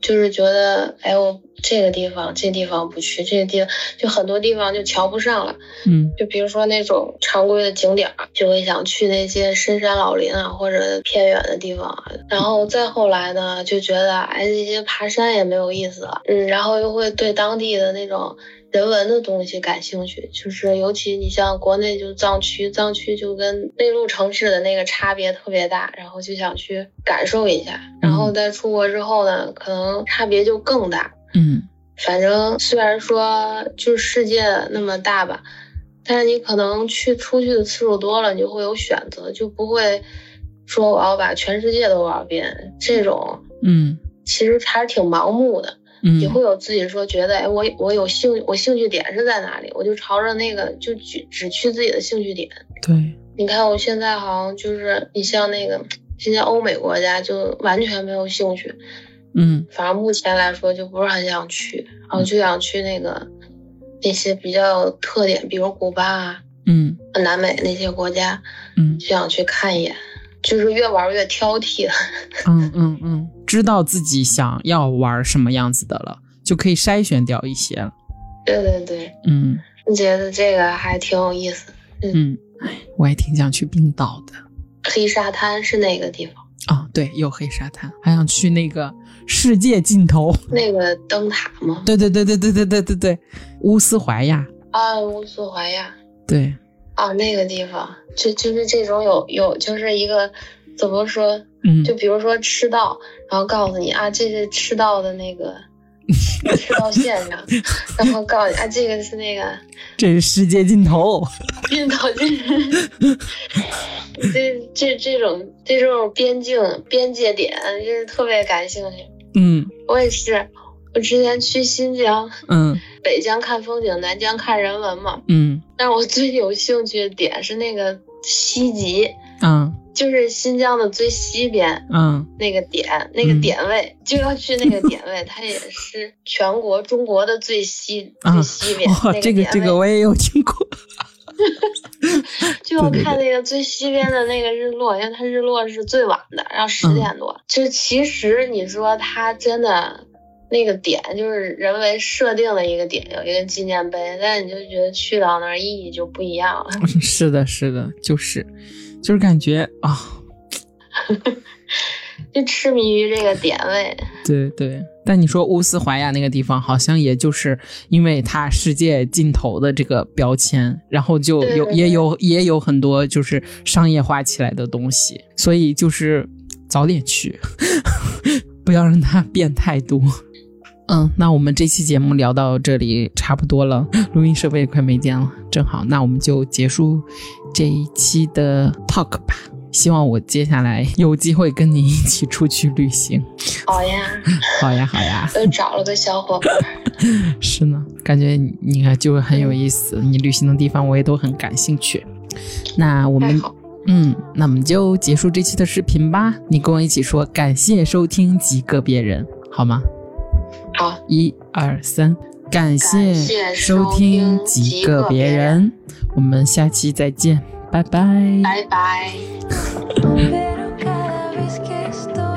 [SPEAKER 2] 就是觉得，哎，我这个地方这地方不去，这个地方就很多地方就瞧不上了。
[SPEAKER 1] 嗯
[SPEAKER 2] 就比如说那种常规的景点儿，就会想去那些深山老林啊，或者偏远的地方啊。然后再后来呢，就觉得哎，这些爬山也没有意思了。嗯，然后又会对当地的那种人文的东西感兴趣，就是尤其你像国内就藏区，藏区就跟内陆城市的那个差别特别大，然后就想去感受一下。然后在出国之后呢，可能差别就更大。
[SPEAKER 1] 嗯
[SPEAKER 2] 反正虽然说就是世界那么大吧，但是你可能去出去的次数多了，你就会有选择，就不会说我要把全世界都玩遍。这种
[SPEAKER 1] 嗯
[SPEAKER 2] 其实还是挺盲目的，
[SPEAKER 1] 嗯，
[SPEAKER 2] 你会有自己说觉得，哎，我我有兴我兴趣点是在哪里，我就朝着那个就只只去自己的兴趣点。
[SPEAKER 1] 对，
[SPEAKER 2] 你看我现在好像就是你像那个现在欧美国家就完全没有兴趣，
[SPEAKER 1] 嗯
[SPEAKER 2] 反正目前来说就不是很想去，然后就想去那个那些比较有特点，比如古巴啊、
[SPEAKER 1] 嗯
[SPEAKER 2] 南美那些国家，
[SPEAKER 1] 嗯
[SPEAKER 2] 就想去看一眼。就是越玩越挑剔了，
[SPEAKER 1] 嗯嗯嗯，知道自己想要玩什么样子的了，就可以筛选掉一些了。
[SPEAKER 2] 对对对，
[SPEAKER 1] 嗯
[SPEAKER 2] 我觉得这个还挺有意思的。
[SPEAKER 1] 嗯，哎，我也挺想去冰岛的
[SPEAKER 2] 黑沙滩是哪个地方？
[SPEAKER 1] 啊、对，有黑沙滩，还想去那个世界尽头。
[SPEAKER 2] 那个灯塔吗？
[SPEAKER 1] 对对对对对对对对对，乌斯怀亚。
[SPEAKER 2] 啊，乌苏怀亚
[SPEAKER 1] 对，
[SPEAKER 2] 啊，那个地方就就是这种有有就是一个怎么说？
[SPEAKER 1] 嗯，
[SPEAKER 2] 就比如说赤道，然后告诉你啊，这是赤道的那个赤道线上，然后告诉你啊，这个是那个
[SPEAKER 1] 这是世界尽头。
[SPEAKER 2] 印度这这这这种这种边境边界点，就是特别感兴趣。
[SPEAKER 1] 嗯
[SPEAKER 2] 我也是，我之前去新疆，
[SPEAKER 1] 嗯
[SPEAKER 2] 北疆看风景，南疆看人文嘛。
[SPEAKER 1] 嗯
[SPEAKER 2] 但是我最有兴趣的点是那个西极，
[SPEAKER 1] 嗯
[SPEAKER 2] 就是新疆的最西边，
[SPEAKER 1] 嗯
[SPEAKER 2] 那个点，那个
[SPEAKER 1] 嗯
[SPEAKER 2] 点位、就要去那个点位，它也是全国中国的最西、
[SPEAKER 1] 啊
[SPEAKER 2] 最西边、
[SPEAKER 1] 哇，
[SPEAKER 2] 那
[SPEAKER 1] 这个
[SPEAKER 2] 点位，
[SPEAKER 1] 这个我也有听过。
[SPEAKER 2] 就要
[SPEAKER 1] 对对
[SPEAKER 2] 看那个最西边的那个日落，因为它日落是最晚的，然后
[SPEAKER 1] 嗯
[SPEAKER 2] 十点多。就其实你说它真的那个点，就是人为设定的一个点，有一个纪念碑，但是你就觉得去到那儿意义就不一样了。
[SPEAKER 1] 是的，是的，就是，就是感觉啊、
[SPEAKER 2] 就痴迷于这个点位，
[SPEAKER 1] 对对。但你说乌斯怀亚那个地方，好像也就是因为它世界尽头的这个标签，然后就
[SPEAKER 2] 对
[SPEAKER 1] 有
[SPEAKER 2] 对
[SPEAKER 1] 也
[SPEAKER 2] 对
[SPEAKER 1] 有也有很多就是商业化起来的东西，所以就是早点去， 不要让它变太多。嗯，那我们这期节目聊到这里差不多了，录音设备也快没电了，正好，那我们就结束这一期的 talk 吧。希望我接下来有机会跟你一起出去旅行。
[SPEAKER 2] 好呀，
[SPEAKER 1] 好呀，好呀，
[SPEAKER 2] 又找了个小伙伴。
[SPEAKER 1] 是呢，感觉你你看就很有意思，你旅行的地方我也都很感兴趣。那我
[SPEAKER 2] 太
[SPEAKER 1] 们
[SPEAKER 2] 好，
[SPEAKER 1] 嗯，那我们就结束这期的视频吧。你跟我一起说，感谢收听及个别人，好吗？
[SPEAKER 2] 好，
[SPEAKER 1] 一二三，感
[SPEAKER 2] 感谢
[SPEAKER 1] 收
[SPEAKER 2] 收听
[SPEAKER 1] 及
[SPEAKER 2] 及
[SPEAKER 1] 个
[SPEAKER 2] 个
[SPEAKER 1] 别
[SPEAKER 2] 别
[SPEAKER 1] 人，我们下期再见，拜拜
[SPEAKER 2] 拜拜。
[SPEAKER 3] Pero cada vez que estoy